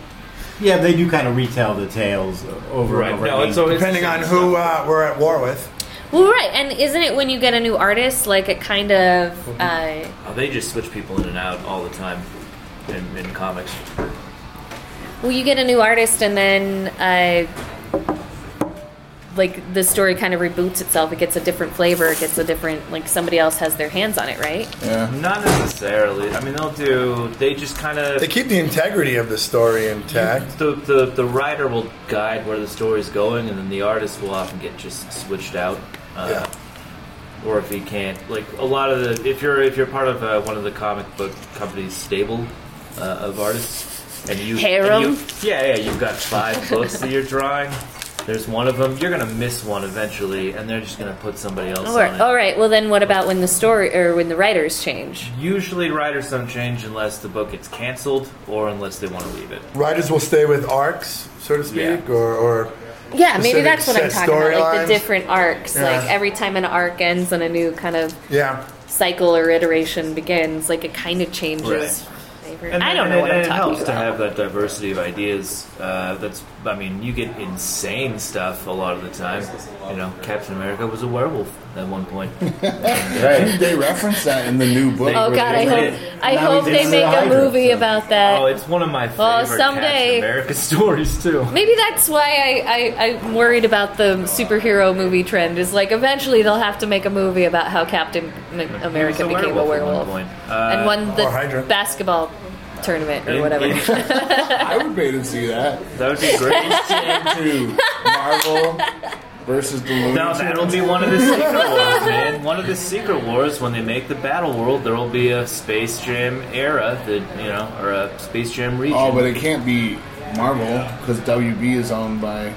Speaker 7: Yeah, they do kind of retell the tales over
Speaker 9: Right.
Speaker 7: and over
Speaker 9: No,
Speaker 7: again.
Speaker 9: it's always the Depending same on who, uh, we're at war with.
Speaker 5: Well, right, and isn't it when you get a new artist, like it kind of,
Speaker 8: Mm-hmm.
Speaker 5: uh,
Speaker 6: Oh, they just switch people in and out all the time in, in comics.
Speaker 5: well, you get a new artist, and then, uh, like the story kind of reboots itself. It gets a different flavor. It gets a different, like somebody else has their hands on it, right?
Speaker 6: Not necessarily. I mean, they'll do. They just kind of.
Speaker 9: They keep the integrity of the story intact.
Speaker 6: The, the the writer will guide where the story's going, and then the artist will often get just switched out. Uh, Or if he can't, like a lot of the, if you're if you're part of uh, one of the comic book companies' stable uh, of artists, and you, and
Speaker 5: Harem?
Speaker 6: you- yeah, yeah, you've got five books that you're drawing. There's one of them. You're gonna miss one eventually, and they're just gonna put somebody else
Speaker 5: Or,
Speaker 6: on it.
Speaker 5: all right. Well, then what about when the story or when the writers change?
Speaker 6: Usually, writers don't change unless the book gets canceled or unless they want to leave it.
Speaker 9: Writers will stay with arcs, so to speak, or, or
Speaker 5: Yeah, maybe
Speaker 9: specific
Speaker 5: that's what I'm
Speaker 9: set
Speaker 5: talking about. Like
Speaker 9: storylines.
Speaker 5: the different arcs.
Speaker 9: Yeah.
Speaker 5: Like every time an arc ends and a new kind of
Speaker 9: Yeah.
Speaker 5: cycle or iteration begins, like it kind of changes. flavor. I don't know what I'm
Speaker 6: it
Speaker 5: talking
Speaker 6: helps
Speaker 5: about.
Speaker 6: to have that diversity of ideas. Uh, that's, I mean, you get insane stuff a lot of the time. You know, Captain America was a werewolf at one point.
Speaker 8: Right. They reference that in the new book.
Speaker 5: Oh God, I hope I
Speaker 6: Now
Speaker 5: hope
Speaker 6: we
Speaker 5: they
Speaker 6: did
Speaker 5: make
Speaker 6: the
Speaker 5: a
Speaker 6: Hydra,
Speaker 5: movie about that.
Speaker 6: Oh, it's one of my favorite
Speaker 5: Well,
Speaker 6: Captain
Speaker 5: someday-
Speaker 6: America stories too.
Speaker 5: Maybe that's why I, I, I'm worried about the superhero movie trend. Is like eventually they'll have to make a movie about how Captain M- America
Speaker 6: He was a
Speaker 5: became a
Speaker 6: werewolf
Speaker 5: werewolf
Speaker 6: at one point.
Speaker 5: and
Speaker 6: Uh,
Speaker 5: won
Speaker 6: Or
Speaker 5: the
Speaker 6: Hydra.
Speaker 5: basketball tournament or whatever.
Speaker 8: I would pay to see that.
Speaker 6: That would be
Speaker 8: great. Marvel versus the Looney
Speaker 6: Now that'll be one of the secret wars, man. One of the secret wars when they make the battle world, there will be a Space Jam era that you know, or a Space Jam region.
Speaker 8: Oh, but it can't be Marvel because WB is owned by.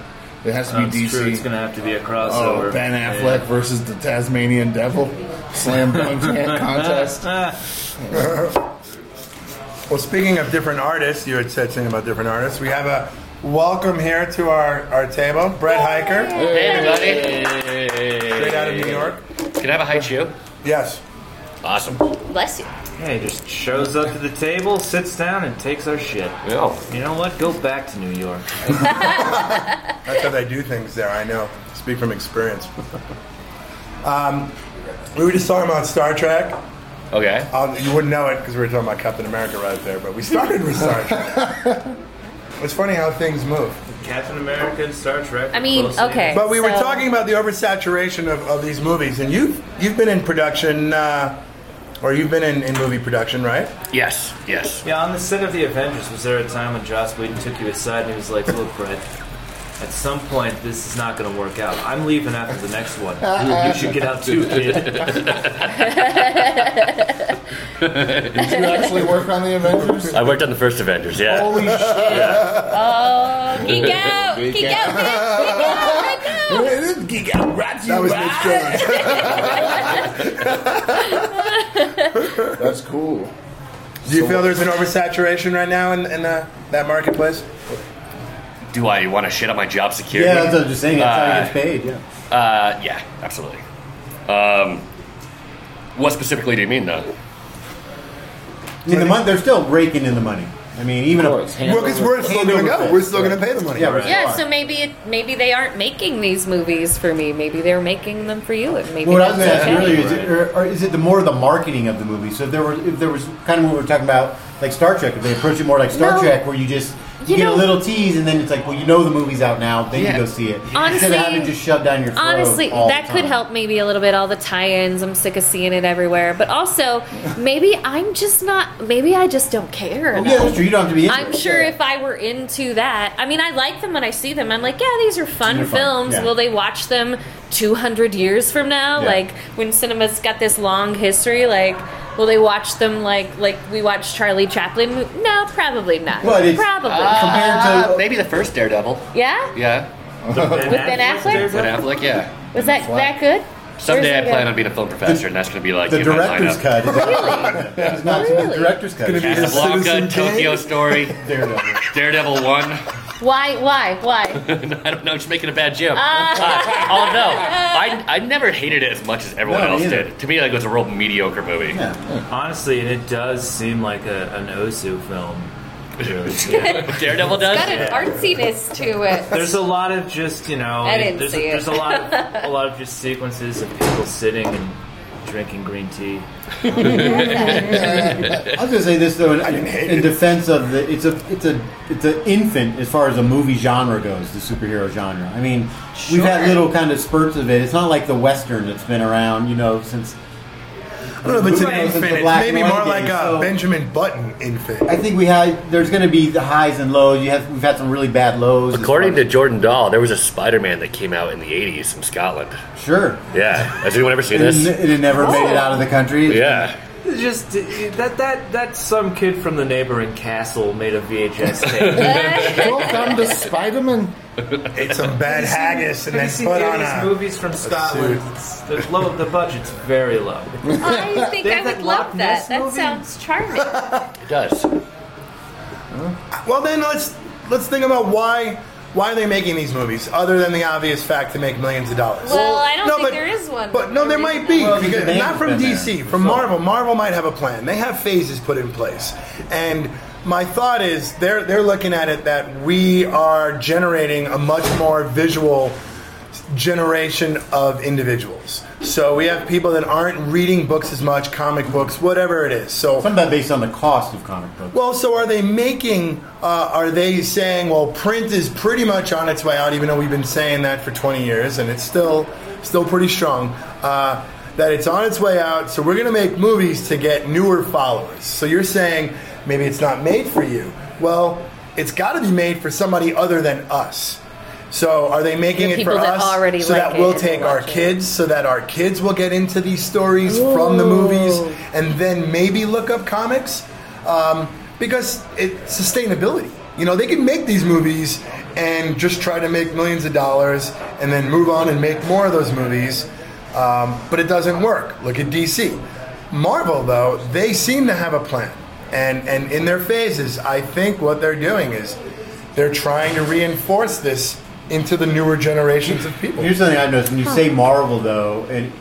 Speaker 8: It has to be
Speaker 6: Oh, it's
Speaker 8: DC.
Speaker 6: true. It's gonna have to be a
Speaker 8: Oh,
Speaker 6: crossover.
Speaker 8: Ben Affleck versus the Tasmanian Devil slam dunk contest.
Speaker 6: Uh,
Speaker 9: Well, speaking of different artists, you had said something about different artists. We have a welcome here to our, our table, Brett Hiker.
Speaker 10: Hey, everybody.
Speaker 9: Straight out of New York.
Speaker 10: Can I have a high chew?
Speaker 9: Yes.
Speaker 10: Awesome.
Speaker 5: Bless you.
Speaker 6: Hey, just shows up to the table, sits down, and takes our shit. You know what? Go back to New York.
Speaker 9: That's how they do things there. I know. Speak from experience. um, we were just talking about Star Trek.
Speaker 10: Okay.
Speaker 9: Um, you wouldn't know it because we were talking about Captain America right there, but we started with Star Trek. it's funny how things move.
Speaker 6: Captain America and Star Trek.
Speaker 5: I mean,
Speaker 6: Close
Speaker 5: okay,
Speaker 9: But we were
Speaker 5: so-
Speaker 9: talking about the oversaturation of, of these movies, and you've you've been in production, uh, or you've been in, in movie production, right?
Speaker 10: Yes, yes.
Speaker 6: Yeah, on the set of the Avengers, was there a time when Joss Whedon took you aside and he was like, "Look, Brett, at some point this is not going to work out. I'm leaving after the next one. You should get out too, kid."
Speaker 8: Did you actually work on the Avengers?
Speaker 10: I worked on the first Avengers, yeah.
Speaker 8: Holy shit!
Speaker 5: Oh, geek out, geek, out,
Speaker 8: This geek out brought to you
Speaker 9: That was
Speaker 8: by- That's cool.
Speaker 9: Do you feel there's an oversaturation right now in, in uh, that marketplace?
Speaker 10: Do I want to shit on my job security?
Speaker 7: yeah, that's what I'm just saying. That's how
Speaker 10: Uh,
Speaker 7: he gets paid. Yeah.
Speaker 10: Uh, yeah, absolutely. Um, what specifically do you mean, though?
Speaker 7: I mean, the money, they're still raking in the money. I mean, even a,
Speaker 9: Well, because we're still going to go. We're still going to pay the money.
Speaker 7: Yeah, we're-
Speaker 5: Yeah, so maybe it, maybe they aren't making these movies for me. Maybe they're making them for you, and maybe
Speaker 7: Well, what I was
Speaker 5: that's
Speaker 7: going to ask
Speaker 5: okay.
Speaker 7: earlier is, it, or, or is it the more the marketing of the movie? So if there were, if there was kind of what we were talking about, like Star Trek, if they approach it more like Star
Speaker 5: No.
Speaker 7: Trek, where you just you
Speaker 5: You
Speaker 7: get a
Speaker 5: know-
Speaker 7: little tease and then it's like, well, you know the movie's out now, then
Speaker 10: Yeah.
Speaker 7: you go see it instead
Speaker 5: Honestly-
Speaker 7: of having it just shoved down your throat.
Speaker 5: Honestly,
Speaker 7: all the
Speaker 5: that could
Speaker 7: time.
Speaker 5: help maybe a little bit. All the tie-ins, I'm sick of seeing it everywhere. But also, maybe I'm just not. Maybe I just don't care.
Speaker 7: Yeah, that's true. You don't have to be. into
Speaker 5: I'm
Speaker 7: it.
Speaker 5: sure if I were into that, I mean, I like them when I see them. I'm like, yeah, these are fun
Speaker 7: They're fun,
Speaker 5: films.
Speaker 7: yeah.
Speaker 5: Will they watch them 200 years from now?
Speaker 7: Yeah.
Speaker 5: Like when cinema's got this long history, like will they watch them like like we watched Charlie Chaplin? mo- No, probably not.
Speaker 7: Well, it's-
Speaker 5: probably. Uh,
Speaker 7: compared to
Speaker 10: Maybe the first Daredevil.
Speaker 5: yeah,
Speaker 10: Yeah.
Speaker 6: With
Speaker 5: Ben Affleck?
Speaker 10: Ben Affleck, yeah.
Speaker 5: was that that good?
Speaker 10: Someday I
Speaker 5: Where's that
Speaker 10: plan
Speaker 5: guy?
Speaker 10: on being a film professor, and that's going to be like
Speaker 7: the
Speaker 10: in my
Speaker 7: director's
Speaker 10: lineup.
Speaker 7: cut. Is it's not
Speaker 5: Really?
Speaker 7: the director's cut.
Speaker 9: Gonna be
Speaker 7: It's
Speaker 10: Casablanca,
Speaker 9: Citizen Kane?
Speaker 10: Tokyo Story,
Speaker 7: Daredevil.
Speaker 10: Daredevil 1.
Speaker 5: Why? Why? Why?
Speaker 10: I don't know. Just making a bad joke. Uh, although I, I never hated it as much as everyone
Speaker 7: No,
Speaker 10: else
Speaker 7: neither.
Speaker 10: did. To me, like it was a real mediocre movie.
Speaker 7: Yeah.
Speaker 6: Honestly, and it does seem like a, an Osu film.
Speaker 5: Daredevil
Speaker 6: does?
Speaker 12: Got an artsiness to it.
Speaker 6: There's a lot of just you know.
Speaker 12: I didn't
Speaker 6: there's,
Speaker 12: see
Speaker 6: a,
Speaker 12: it.
Speaker 6: there's a lot of a lot of just sequences of people sitting and drinking green tea.
Speaker 7: I was gonna say this though, in, in defense of the, it's a, it's a, it's an infant as far as the movie genre goes, the superhero genre. I mean, we've had
Speaker 9: Sure.
Speaker 7: little kind of spurts of it. It's not like the western that's been around, you know, since.
Speaker 9: I don't know if it's an
Speaker 7: since the
Speaker 9: infant. It's
Speaker 7: black
Speaker 9: maybe
Speaker 7: and white
Speaker 9: more like
Speaker 7: days,
Speaker 9: a
Speaker 7: so-
Speaker 9: Benjamin Button infant.
Speaker 7: I think we had. There's going to be the highs and lows. You have. We've had some really bad lows.
Speaker 5: According to Jordan Dahl, there was a Spider-Man that came out in the '80s from Scotland.
Speaker 7: Sure.
Speaker 5: Yeah, has anyone ever seen
Speaker 7: It-
Speaker 5: this?
Speaker 7: it had never made it out of the country.
Speaker 5: Yeah,
Speaker 6: It's Just that that that some kid from the neighboring castle made a VHS tape.
Speaker 8: Welcome to Spider-Man.
Speaker 9: Ate some bad haggis and
Speaker 6: Have you
Speaker 9: then
Speaker 6: seen
Speaker 9: put
Speaker 6: any of
Speaker 9: on
Speaker 6: these
Speaker 9: a
Speaker 6: movies from Scotland. It's- The, low, the budget's very low.
Speaker 12: I think
Speaker 6: They
Speaker 12: I
Speaker 6: have
Speaker 12: would
Speaker 6: that
Speaker 12: love that.
Speaker 6: Loch Ness
Speaker 12: That
Speaker 6: movie?
Speaker 12: sounds charming.
Speaker 5: it does.
Speaker 9: Well, then let's let's think about why why are they making these movies other than the obvious fact to make millions of dollars.
Speaker 12: Well, I don't
Speaker 9: No,
Speaker 12: think
Speaker 9: but-
Speaker 12: there is one.
Speaker 9: But no, there might be.
Speaker 12: Well, the
Speaker 9: because-
Speaker 12: demand
Speaker 9: not
Speaker 12: has
Speaker 9: from
Speaker 12: been there.
Speaker 9: DC, from Marvel. Marvel might have a plan. They have phases put in place, and my thought is they're they're looking at it that we are generating a much more visual generation of individuals. So we have people that aren't reading books as much, comic books, whatever it is. So
Speaker 7: some of that based on the cost of comic books.
Speaker 9: well, so are they making? Uh, are they saying, well, print is pretty much on its way out, even though we've been saying that for 20 years, and it's still still pretty strong. Uh, that it's on its way out, so we're going to make movies to get newer followers. So you're saying maybe it's not made for you. Well, it's got to be made for somebody other than us. So are they making
Speaker 10: The
Speaker 9: it for
Speaker 10: people that
Speaker 9: us
Speaker 10: already
Speaker 9: so
Speaker 10: like
Speaker 9: that
Speaker 10: it
Speaker 9: we'll
Speaker 10: and
Speaker 9: take
Speaker 10: watch
Speaker 9: our
Speaker 10: it?
Speaker 9: kids so that our kids will get into these stories from the movies
Speaker 10: Ooh.
Speaker 9: and then maybe look up comics um, because it sustainability. You know, they can make these movies and just try to make millions of dollars and then move on and make more of those movies, um, but it doesn't work. Look at DC. Marvel, though, they seem to have a plan. And, and in their phases, I think what they're doing is they're trying to reinforce this into the newer generations of people.
Speaker 7: Here's something I noticed when you say Marvel, though, and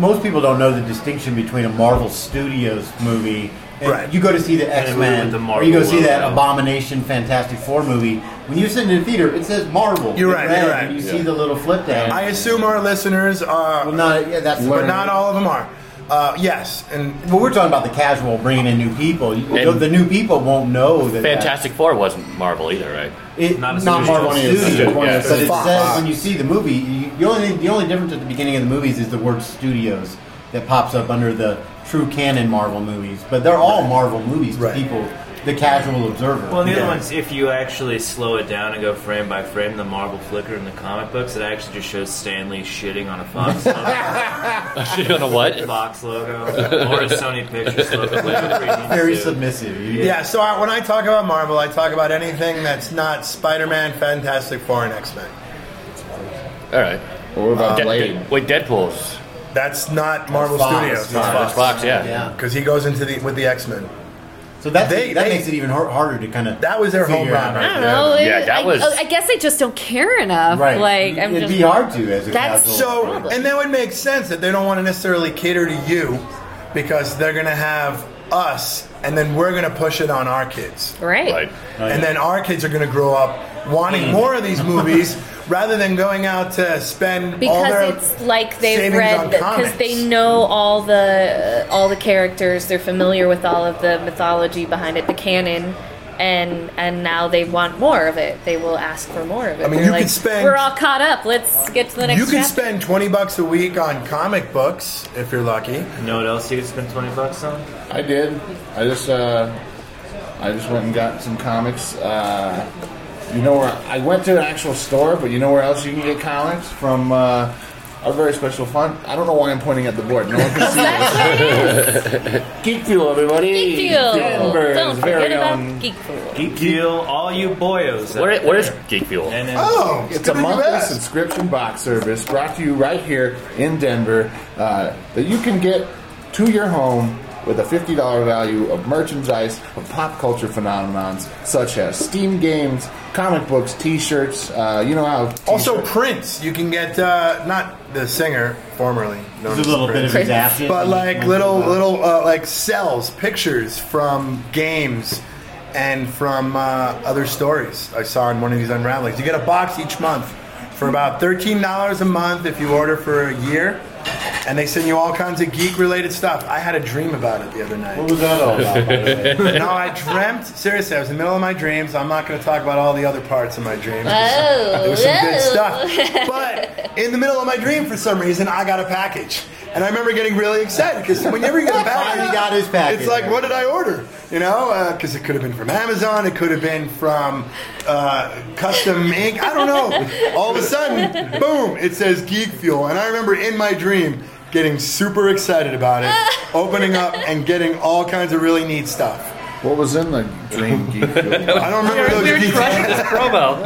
Speaker 7: most people don't know the distinction between a Marvel Studios movie. And
Speaker 9: Right.
Speaker 7: You go to see the
Speaker 9: And a
Speaker 7: X
Speaker 9: movie
Speaker 7: Men,
Speaker 9: with the
Speaker 7: or
Speaker 9: Marvel
Speaker 7: you go see that
Speaker 9: logo.
Speaker 7: Abomination Fantastic Four movie. When you're sitting in the theater, it says Marvel.
Speaker 9: You're
Speaker 7: in
Speaker 9: right,
Speaker 7: red,
Speaker 9: you're right.
Speaker 7: and you
Speaker 9: Yeah.
Speaker 7: see the little flip down.
Speaker 9: I assume our listeners are. Well,
Speaker 7: not, yeah, that's
Speaker 9: but
Speaker 7: learning.
Speaker 9: not all of them are. Uh, yes, and
Speaker 7: well, we're talking about the casual bringing in new people. You-
Speaker 5: And-
Speaker 7: the new people won't know that.
Speaker 5: Fantastic Four wasn't Marvel either, right?
Speaker 7: It, not Marvel Studios,
Speaker 5: Yeah.
Speaker 7: but it says when you see the movie, you, the only the only difference at the beginning of the movies is the word Studios that pops up under the true canon Marvel movies, but they're all Marvel movies to people, the casual observer.
Speaker 6: Well, and the other one's if you actually slow it down and go frame by frame, the marble flicker in the comic books, it actually just shows Stanley shitting on a Fox logo.
Speaker 5: Shitting on a what?
Speaker 6: Fox logo. Or a Sony Pictures logo. whatever he needs
Speaker 7: very
Speaker 6: to.
Speaker 7: submissive. You-
Speaker 9: Yeah, so I, when I talk about Marvel, I talk about anything that's not Spider Man, Fantastic Four, and X Men.
Speaker 5: All right.
Speaker 8: What about
Speaker 5: De-
Speaker 8: Blade?
Speaker 5: De- wait, Deadpool's.
Speaker 9: That's not Marvel
Speaker 5: Fox,
Speaker 9: Studios.
Speaker 5: no, that's Fox, yeah. Yeah.
Speaker 9: Because he goes into the with the X Men.
Speaker 7: So that that makes it even har- harder to kind of.
Speaker 9: That was their home
Speaker 7: figure
Speaker 9: run,
Speaker 7: out.
Speaker 9: right?
Speaker 10: I don't know.
Speaker 9: Yeah,
Speaker 10: it-
Speaker 9: that
Speaker 10: I,
Speaker 9: was-
Speaker 10: oh, I guess I just don't care enough.
Speaker 9: Right.
Speaker 10: Like I'm
Speaker 7: It'd
Speaker 10: just,
Speaker 7: be hard to as a
Speaker 10: That's
Speaker 7: casual.
Speaker 9: So, and that would make sense that they don't want to necessarily cater to you because they're going to have us and then we're going to push it on our kids.
Speaker 10: Right.
Speaker 5: Oh,
Speaker 9: And then our kids are going to grow up wanting
Speaker 5: Mm.
Speaker 9: more of these movies rather than going out to spend all their
Speaker 10: because it's like they've
Speaker 9: savings
Speaker 10: read
Speaker 9: on
Speaker 10: because they know all the all the characters they're familiar with all of the mythology behind it the canon and and now they want more of it they will ask for more of it
Speaker 9: I mean,
Speaker 10: They're
Speaker 9: you
Speaker 10: like,
Speaker 9: could spend-
Speaker 10: we're all caught up let's get to the next
Speaker 9: you can
Speaker 10: chapter."
Speaker 9: spend 20 bucks a week on comic books if you're lucky.
Speaker 6: You know what else you could spend 20 bucks on?
Speaker 8: I did. I just uh, I just went and got some comics. Uh, you know where I went to an actual store, but you know where else you can get comics from uh, our very special fund. I don't know why I'm pointing at the board. No one can see this. Geek Fuel, everybody.
Speaker 10: Geek Fuel.
Speaker 8: Denver's
Speaker 10: Don't forget
Speaker 8: very
Speaker 10: about
Speaker 8: own-
Speaker 9: um,
Speaker 10: Geek Fuel.
Speaker 6: Geek Fuel, all you boyos. out
Speaker 5: Where- where is
Speaker 6: there.
Speaker 5: Geek Fuel?
Speaker 6: And then-
Speaker 9: Oh,
Speaker 8: it's a monthly subscription box service brought to you right here in Denver uh, that you can get to your home with a $50 value of merchandise of pop culture phenomenons such as Steam games, comic books, t shirts. Uh, you know how.
Speaker 9: Also, Prince. You can get uh, not the singer formerly. known
Speaker 7: There's a
Speaker 9: as
Speaker 7: little bit of his
Speaker 9: Prince,
Speaker 7: absence.
Speaker 9: but like
Speaker 7: Might
Speaker 9: little
Speaker 7: be, uh,
Speaker 9: little uh, like cells, pictures from games, and from uh, other stories I saw in one of these unravelings. You get a box each month for about thirteen dollars a month if you order for a year, and they send you all kinds of geek-related stuff. I had a dream about it the other night.
Speaker 7: What was that
Speaker 8: Oh,
Speaker 7: all about, by the way?
Speaker 9: no, I dreamt. Seriously, I was in the middle of my dreams. I'm not going to talk about all the other parts of my dreams.
Speaker 13: Oh,
Speaker 9: it was some good
Speaker 13: oh.
Speaker 9: stuff. But in the middle of my dream, for some reason, I got a package, and I remember getting really excited because whenever you get a package,
Speaker 7: Finally got his package.
Speaker 9: It's like, what did I order? You know, because it could have been from Amazon, it could have been from uh, Custom Ink. I don't know. All of a sudden, boom! It says Geek Fuel, and I remember in my dream. Getting super excited about it, opening up and getting all kinds of really neat stuff.
Speaker 8: What was in the dream geek?
Speaker 9: I don't remember those
Speaker 5: You're crushing this promo.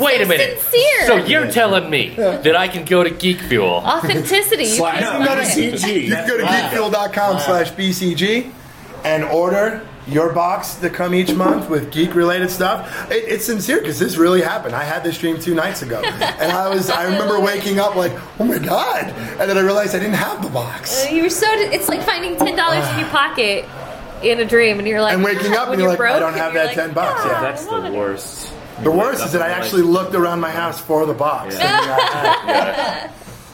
Speaker 5: Wait a minute.
Speaker 10: sincere.
Speaker 5: So you're telling me that I can go to Geek Fuel?
Speaker 10: Authenticity. You
Speaker 5: Slash
Speaker 10: can't buy it.
Speaker 9: You can go to geekfuel.com slash BCG and order your box to come each month with geek related stuff. It, it's sincere because this really happened. I had this dream two nights ago. And I was, I remember waking up like, oh my God. And then I realized I didn't have the box.
Speaker 10: Uh, You were so. It's like finding ten dollars in your pocket in a dream, and you're like,
Speaker 9: And waking up
Speaker 10: when
Speaker 9: and you're like, I
Speaker 10: broke,
Speaker 9: don't
Speaker 10: and
Speaker 9: have
Speaker 10: you're
Speaker 9: that
Speaker 10: like,
Speaker 9: 10 bucks.
Speaker 10: "Ah,
Speaker 9: Yeah,
Speaker 10: I
Speaker 9: that's
Speaker 10: want
Speaker 6: the worst.
Speaker 9: The worst is that I actually looked around my house for the box.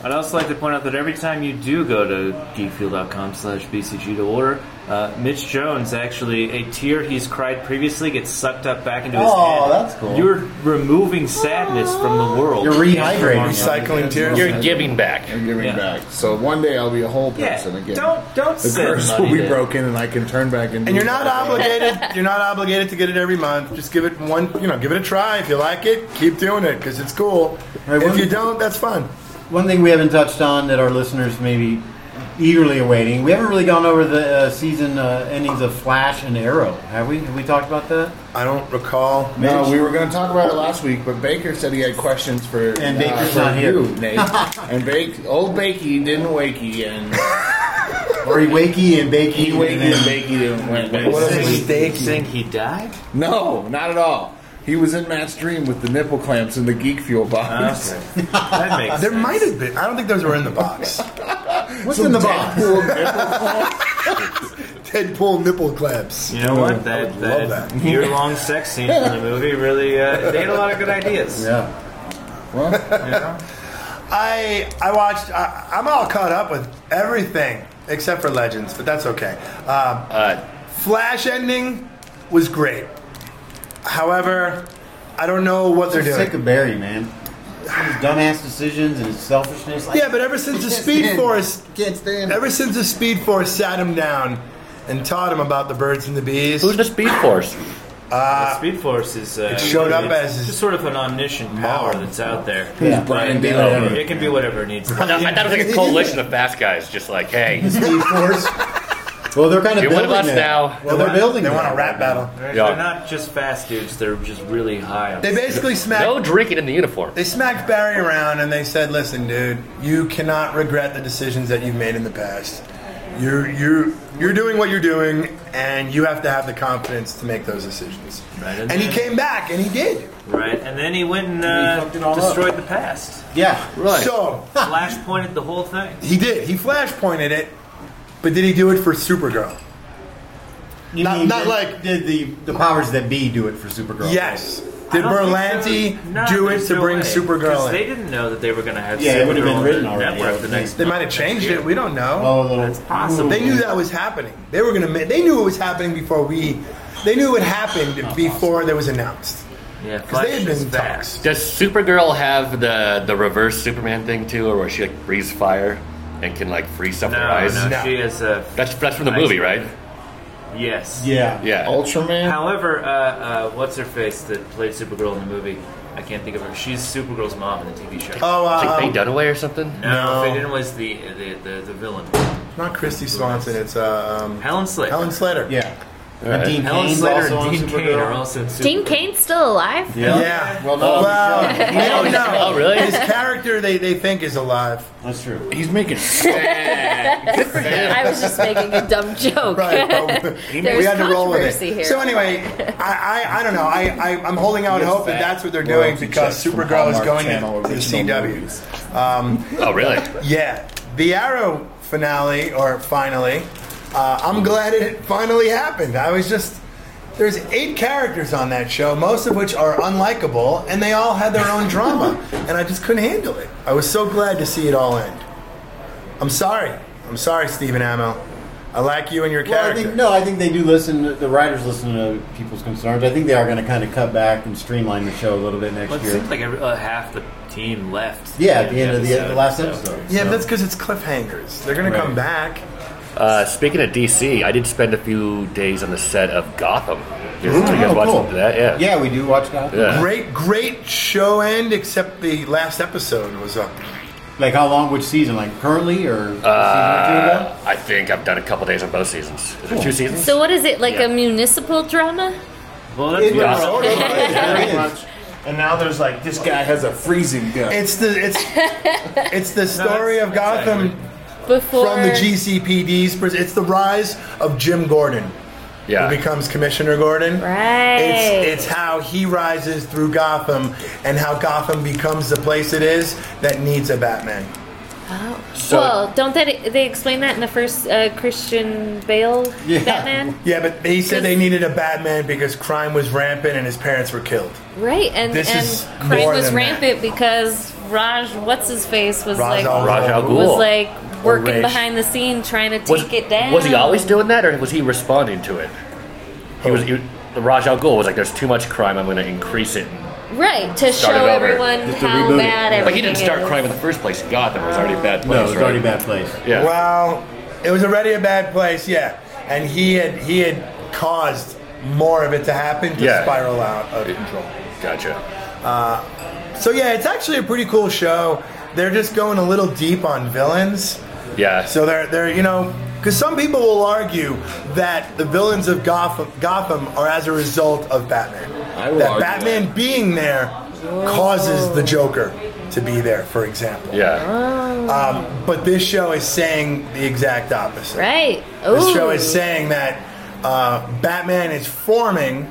Speaker 6: I'd also like to point out that every time you do go to geekfuel.com slash bcg to order, uh, Mitch Jones actually a tear he's cried previously gets sucked up back into his
Speaker 7: Oh,
Speaker 6: head.
Speaker 7: that's cool.
Speaker 6: You're removing sadness from the world.
Speaker 7: You're rehydrating.
Speaker 9: Recycling tears.
Speaker 5: You're giving back.
Speaker 8: You're giving
Speaker 6: Yeah.
Speaker 8: back. So one day I'll be a whole
Speaker 6: Yeah,
Speaker 8: person again.
Speaker 6: don't- don't
Speaker 8: The
Speaker 6: send
Speaker 8: curse
Speaker 6: money
Speaker 8: will be
Speaker 6: to-
Speaker 8: broken, and I can turn back into.
Speaker 9: And you're not obligated. You're not obligated to get it every month. Just give it one. You know, give it a try. If you like it, keep doing it because it's cool. if
Speaker 7: one-
Speaker 9: you don't, that's fun.
Speaker 7: One thing we haven't touched on that our listeners may be eagerly awaiting, we haven't really gone over the uh, season uh, endings of Flash and Arrow, have we? Have we talked about that?
Speaker 9: I don't recall.
Speaker 8: No, we were going to talk about it last week, but Baker said he had questions for
Speaker 7: And
Speaker 8: uh,
Speaker 7: Baker's
Speaker 8: for
Speaker 7: not here.
Speaker 8: you, Nate. and Bake, old Bakey didn't wakey, and
Speaker 7: Or he wakey and bakey.
Speaker 8: he wakey and Bakey didn't went.
Speaker 6: What
Speaker 8: wakey.
Speaker 6: is he saying he died?
Speaker 8: No, not at all. He was in Matt's dream with the nipple clamps in the Geek Fuel
Speaker 7: Ah,
Speaker 8: box.
Speaker 6: That makes
Speaker 9: There might have been. I don't think those were in the box.
Speaker 7: What's in the box?
Speaker 9: Deadpool nipple clamps.
Speaker 6: You know what? That, that,
Speaker 9: love that.
Speaker 6: year-long sex scene from the movie really, uh, they had a lot of good ideas.
Speaker 7: Yeah.
Speaker 9: I I watched. I, I'm all caught up with everything except for Legends, but that's okay. Um,
Speaker 6: Uh,
Speaker 9: Flash ending was great. However, I don't know what they're
Speaker 7: I'm
Speaker 9: doing.
Speaker 7: sick of Barry, man. His dumbass decisions and his selfishness. Like,
Speaker 9: Yeah, but ever since the
Speaker 7: Can't
Speaker 9: Speed
Speaker 7: stand-
Speaker 9: Force,
Speaker 7: can't stand.
Speaker 9: ever since the Speed Force sat him down and taught him about the birds and the bees,
Speaker 5: Who's the Speed Force?
Speaker 6: The Speed Force is uh,
Speaker 9: It showed up
Speaker 6: it's
Speaker 9: as-
Speaker 6: just sort of an omniscient power that's out there.
Speaker 8: Yeah. Brian
Speaker 6: But,
Speaker 8: Dillon?
Speaker 6: uh, It can be whatever it needs. to
Speaker 5: I
Speaker 6: be.
Speaker 5: thought I thought it was like a coalition of fast guys, just like, hey,
Speaker 7: Speed Force. Well, they're kind of
Speaker 5: You're one of
Speaker 7: building
Speaker 5: us
Speaker 7: it.
Speaker 5: now.
Speaker 7: Well, they're building.
Speaker 9: they
Speaker 7: it.
Speaker 9: want a rap battle.
Speaker 6: They're
Speaker 5: Yeah.
Speaker 6: not just fast dudes; they're just really high. On
Speaker 9: They basically smacked.
Speaker 5: no drinking in the uniform.
Speaker 9: They smacked Barry around and they said, "Listen, dude, you cannot regret the decisions that you've made in the past. You're you're you're doing what you're doing, and you have to have the confidence to make those decisions."
Speaker 6: Right,
Speaker 9: And
Speaker 6: and
Speaker 9: he
Speaker 6: then-
Speaker 9: came back, and he did.
Speaker 6: right, and then he went and uh,
Speaker 7: fucked it all up.
Speaker 6: destroyed the past.
Speaker 7: Yeah.
Speaker 9: So
Speaker 6: Flash pointed the whole thing.
Speaker 9: he did. He flash pointed it, but did he do it for Supergirl?
Speaker 7: You
Speaker 9: Not-
Speaker 7: mean
Speaker 9: not
Speaker 7: did-
Speaker 9: like-
Speaker 7: did the the powers that be do it for Supergirl?
Speaker 9: Yes. Did
Speaker 6: I don't
Speaker 9: Berlanti
Speaker 6: think so. No,
Speaker 9: do it
Speaker 6: there's
Speaker 9: to
Speaker 6: no
Speaker 9: bring
Speaker 6: way. 'Cause
Speaker 9: Supergirl
Speaker 6: They
Speaker 9: in?
Speaker 6: didn't know that they were going to have
Speaker 7: Yeah, it would've
Speaker 6: Supergirl
Speaker 7: been
Speaker 6: on
Speaker 7: written
Speaker 6: the
Speaker 7: already, I
Speaker 6: Network
Speaker 7: would
Speaker 6: the next
Speaker 9: They might have changed it. We don't know.
Speaker 7: Oh, a little.
Speaker 6: That's possible.
Speaker 9: They knew that was happening. They were gonna. ma- They knew it was happening before we. They knew it happened before that was announced.
Speaker 6: Yeah,
Speaker 9: Because
Speaker 6: Flash
Speaker 9: they had been
Speaker 6: is
Speaker 9: in
Speaker 6: fast.
Speaker 9: talks.
Speaker 5: Does Supergirl have the the reverse Superman thing too, or where she like breathes fire and can like free stuff
Speaker 6: No,
Speaker 5: with her eyes?
Speaker 6: no,
Speaker 9: No.
Speaker 6: she is a
Speaker 5: That's that's from the
Speaker 6: Ice-
Speaker 5: movie, right?
Speaker 6: yes.
Speaker 7: Yeah.
Speaker 5: Yeah.
Speaker 8: Ultraman.
Speaker 6: However, uh, uh, what's her face that played Supergirl in the movie? I can't think of her. She's Supergirl's mom in the TV show.
Speaker 9: Oh,
Speaker 5: It's
Speaker 9: uh,
Speaker 5: like Faye Dunaway or something.
Speaker 6: no,
Speaker 9: no.
Speaker 7: Oh.
Speaker 6: Faye Dunaway was the the, the the villain.
Speaker 9: not Christy Swanson. It's uh, um,
Speaker 6: Helen Slater.
Speaker 9: Helen Slater.
Speaker 7: Yeah.
Speaker 5: All right.
Speaker 7: And Dean
Speaker 6: Helen
Speaker 7: Kane's
Speaker 6: Slater
Speaker 7: also on
Speaker 6: and Dean Kane are
Speaker 7: Supergirl.
Speaker 6: also in
Speaker 5: "Ah,
Speaker 6: Supergirl.
Speaker 10: Dean Kane's still alive?
Speaker 7: Yeah.
Speaker 9: Yeah.
Speaker 7: Well, no,
Speaker 9: Well,
Speaker 7: he's not.
Speaker 9: we don't know.
Speaker 5: Oh, really?
Speaker 9: His character, they, they think is alive.
Speaker 7: that's true.
Speaker 8: He's making.
Speaker 10: I was just making a dumb joke.
Speaker 9: Right. but we
Speaker 10: There's
Speaker 9: had to roll with
Speaker 10: controversy
Speaker 9: it.
Speaker 10: here.
Speaker 9: So anyway, I, I, I don't know. I, I I'm holding out hope that that's what they're doing because
Speaker 8: checks from
Speaker 9: Supergirl is
Speaker 8: Hallmark
Speaker 9: going
Speaker 8: Channel
Speaker 9: to the
Speaker 8: original movies.
Speaker 9: CW. Um,
Speaker 5: Oh, really?
Speaker 9: Yeah, the Arrow finale or finally. Uh, I'm glad it finally happened. I was just There's eight characters on that show, most of which are unlikable, and they all had their own drama, and I just couldn't handle it. I was so glad to see it all end. I'm sorry. I'm sorry, Stephen Amell. I like you and your
Speaker 7: Well, I
Speaker 9: character.
Speaker 7: think, no, I think they do listen. The writers listen to people's concerns. I think they are going to kind of cut back and streamline the show a little bit next
Speaker 6: Well, it
Speaker 7: year.
Speaker 6: seems like every, uh, half the team left.
Speaker 7: Yeah, at the end of the- the last episode.
Speaker 9: yeah, but that's because it's cliffhangers. They're gonna come back.
Speaker 10: Uh, speaking of DC, I did spend a few days on the set of Gotham. Did you guys
Speaker 9: Oh,
Speaker 10: watch
Speaker 9: cool.
Speaker 10: that? Yeah.
Speaker 7: Mm, Yeah, we do watch Gotham.
Speaker 10: Yeah.
Speaker 9: Great, great show end, except the last episode was up.
Speaker 7: Like how long? Which season? Like currently or?
Speaker 10: Uh, I think I've done a couple days on both seasons. Is there two seasons?
Speaker 5: So what is it like
Speaker 10: Yeah.
Speaker 5: a municipal drama?
Speaker 6: Well,
Speaker 10: that's
Speaker 5: Yeah.
Speaker 10: awesome.
Speaker 8: And now there's like this guy has a freezing gun.
Speaker 9: It's the it's it's the story of Gotham
Speaker 5: Before
Speaker 9: from the GCPD's. pers- It's the rise of Jim Gordon.
Speaker 10: Yeah.
Speaker 9: Who becomes Commissioner Gordon?
Speaker 5: Right.
Speaker 9: It's, it's how he rises through Gotham and how Gotham becomes the place it is that needs a Batman.
Speaker 5: Oh.
Speaker 9: So-
Speaker 5: well, don't that they explain that in the first uh, Christian Bale Batman?
Speaker 9: Yeah, but he said they needed a Batman because crime was rampant and his parents were killed.
Speaker 5: Right, and
Speaker 9: This
Speaker 5: and
Speaker 9: is
Speaker 5: crime
Speaker 9: more
Speaker 5: was
Speaker 9: than that.
Speaker 5: rampant because Raj, what's his face, was
Speaker 9: Raj
Speaker 5: like
Speaker 9: al- Raj al Ghul.
Speaker 5: was like
Speaker 10: Or
Speaker 5: working
Speaker 10: Raj.
Speaker 5: behind the scene trying to take
Speaker 10: Was-
Speaker 5: it down.
Speaker 10: Was he always doing that, or was he responding to it? He was. He, the Raj Al Ghul was like, "There's too much crime. I'm going to increase it."
Speaker 5: right to
Speaker 10: Start
Speaker 5: show
Speaker 10: it over.
Speaker 5: everyone how bad everything
Speaker 10: But he didn't start
Speaker 5: is.
Speaker 10: crime in the first place. Gotham was already a bad place.
Speaker 7: No, it was
Speaker 10: right?
Speaker 7: already a bad place.
Speaker 10: Yeah.
Speaker 9: Well, it was already a bad place, yeah. And he had he had caused more of it to happen to
Speaker 10: Yeah.
Speaker 9: spiral out of control.
Speaker 10: Gotcha.
Speaker 9: Uh, so yeah, it's actually a pretty cool show. They're just going a little deep on villains.
Speaker 10: Yeah.
Speaker 9: So they're they're you know because some people will argue that the villains of Gotham, Gotham are as a result of Batman.
Speaker 8: will
Speaker 9: that
Speaker 8: argue
Speaker 9: Batman being there causes the Joker to be there, for example. Um, but this show is saying the exact opposite.
Speaker 5: Right.
Speaker 9: This show
Speaker 5: Ooh.
Speaker 9: is saying that uh, Batman is forming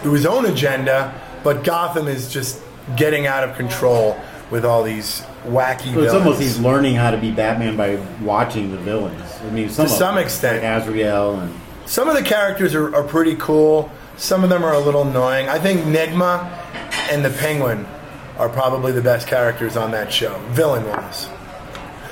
Speaker 9: through his own agenda, but Gotham is just getting out of control with all these wacky
Speaker 7: So it's
Speaker 9: villains.
Speaker 7: almost he's learning how to be Batman by watching the villains. I mean, some
Speaker 9: To
Speaker 7: of
Speaker 9: some
Speaker 7: them,
Speaker 9: extent.
Speaker 7: like Azrael and
Speaker 9: Some of the characters are, are pretty cool. Some of them are a little annoying. I think Nigma and the Penguin are probably the best characters on that show, villain wise.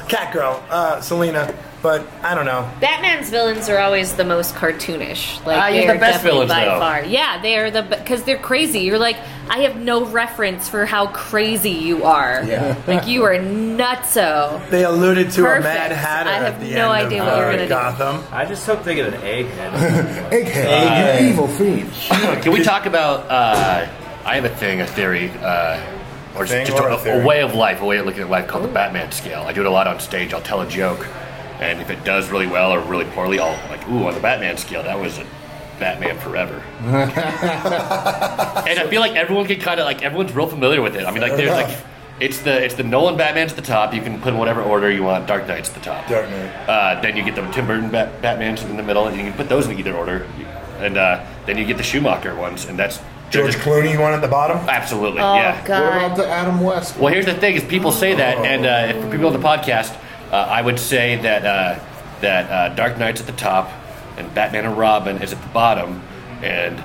Speaker 9: Catgirl, uh, Selena, but I don't know.
Speaker 5: Batman's villains are always the most cartoonish. Like
Speaker 9: Ah, he's
Speaker 5: they
Speaker 9: the
Speaker 5: are
Speaker 9: best
Speaker 5: definitely
Speaker 9: villains,
Speaker 5: by
Speaker 9: though.
Speaker 5: far. Yeah, they are the because they're crazy. You're like, I have no reference for how crazy you are.
Speaker 9: Yeah.
Speaker 5: like you are nutso.
Speaker 9: They alluded to
Speaker 5: Perfect.
Speaker 9: a Mad Hatter.
Speaker 5: I have
Speaker 9: at the
Speaker 5: no
Speaker 9: end
Speaker 5: idea
Speaker 9: of,
Speaker 5: what you're
Speaker 9: uh,
Speaker 5: gonna do.
Speaker 9: Gotham.
Speaker 6: I just hope they get an egghead.
Speaker 10: Egghead. you evil
Speaker 8: fiend.
Speaker 10: Can we talk about? Uh, I have a thing, a theory, uh, or just,
Speaker 6: Thing
Speaker 10: just
Speaker 6: or a
Speaker 10: a, a
Speaker 6: theory?
Speaker 10: way of life, a way of looking at life called the Batman scale. I do it a lot on stage. I'll tell a joke, and if it does really well or really poorly, I'll like, ooh, on the Batman scale, that was a Batman forever. and I feel like everyone can kind of like everyone's real familiar with it. I mean, like
Speaker 6: Fair
Speaker 10: there's
Speaker 6: enough.
Speaker 10: like it's the it's the Nolan Batman's at the top. You can put in whatever order you want. Dark Knight's at the top. Dark
Speaker 9: Knight.
Speaker 10: Uh, then you get the Tim Burton Bat- Batman's in the middle, and you can put those in either order. And uh, then you get the Schumacher ones, and that's they're
Speaker 9: George
Speaker 10: just-
Speaker 9: Clooney, one at the bottom.
Speaker 10: Absolutely,
Speaker 9: Oh,
Speaker 10: yeah.
Speaker 9: God. What about
Speaker 8: the Adam West?
Speaker 10: Well, here's the thing: is people say that, and uh, if for people on the podcast, uh, I would say that uh, that uh, Dark Knight's at the top, and Batman and Robin is at the bottom, and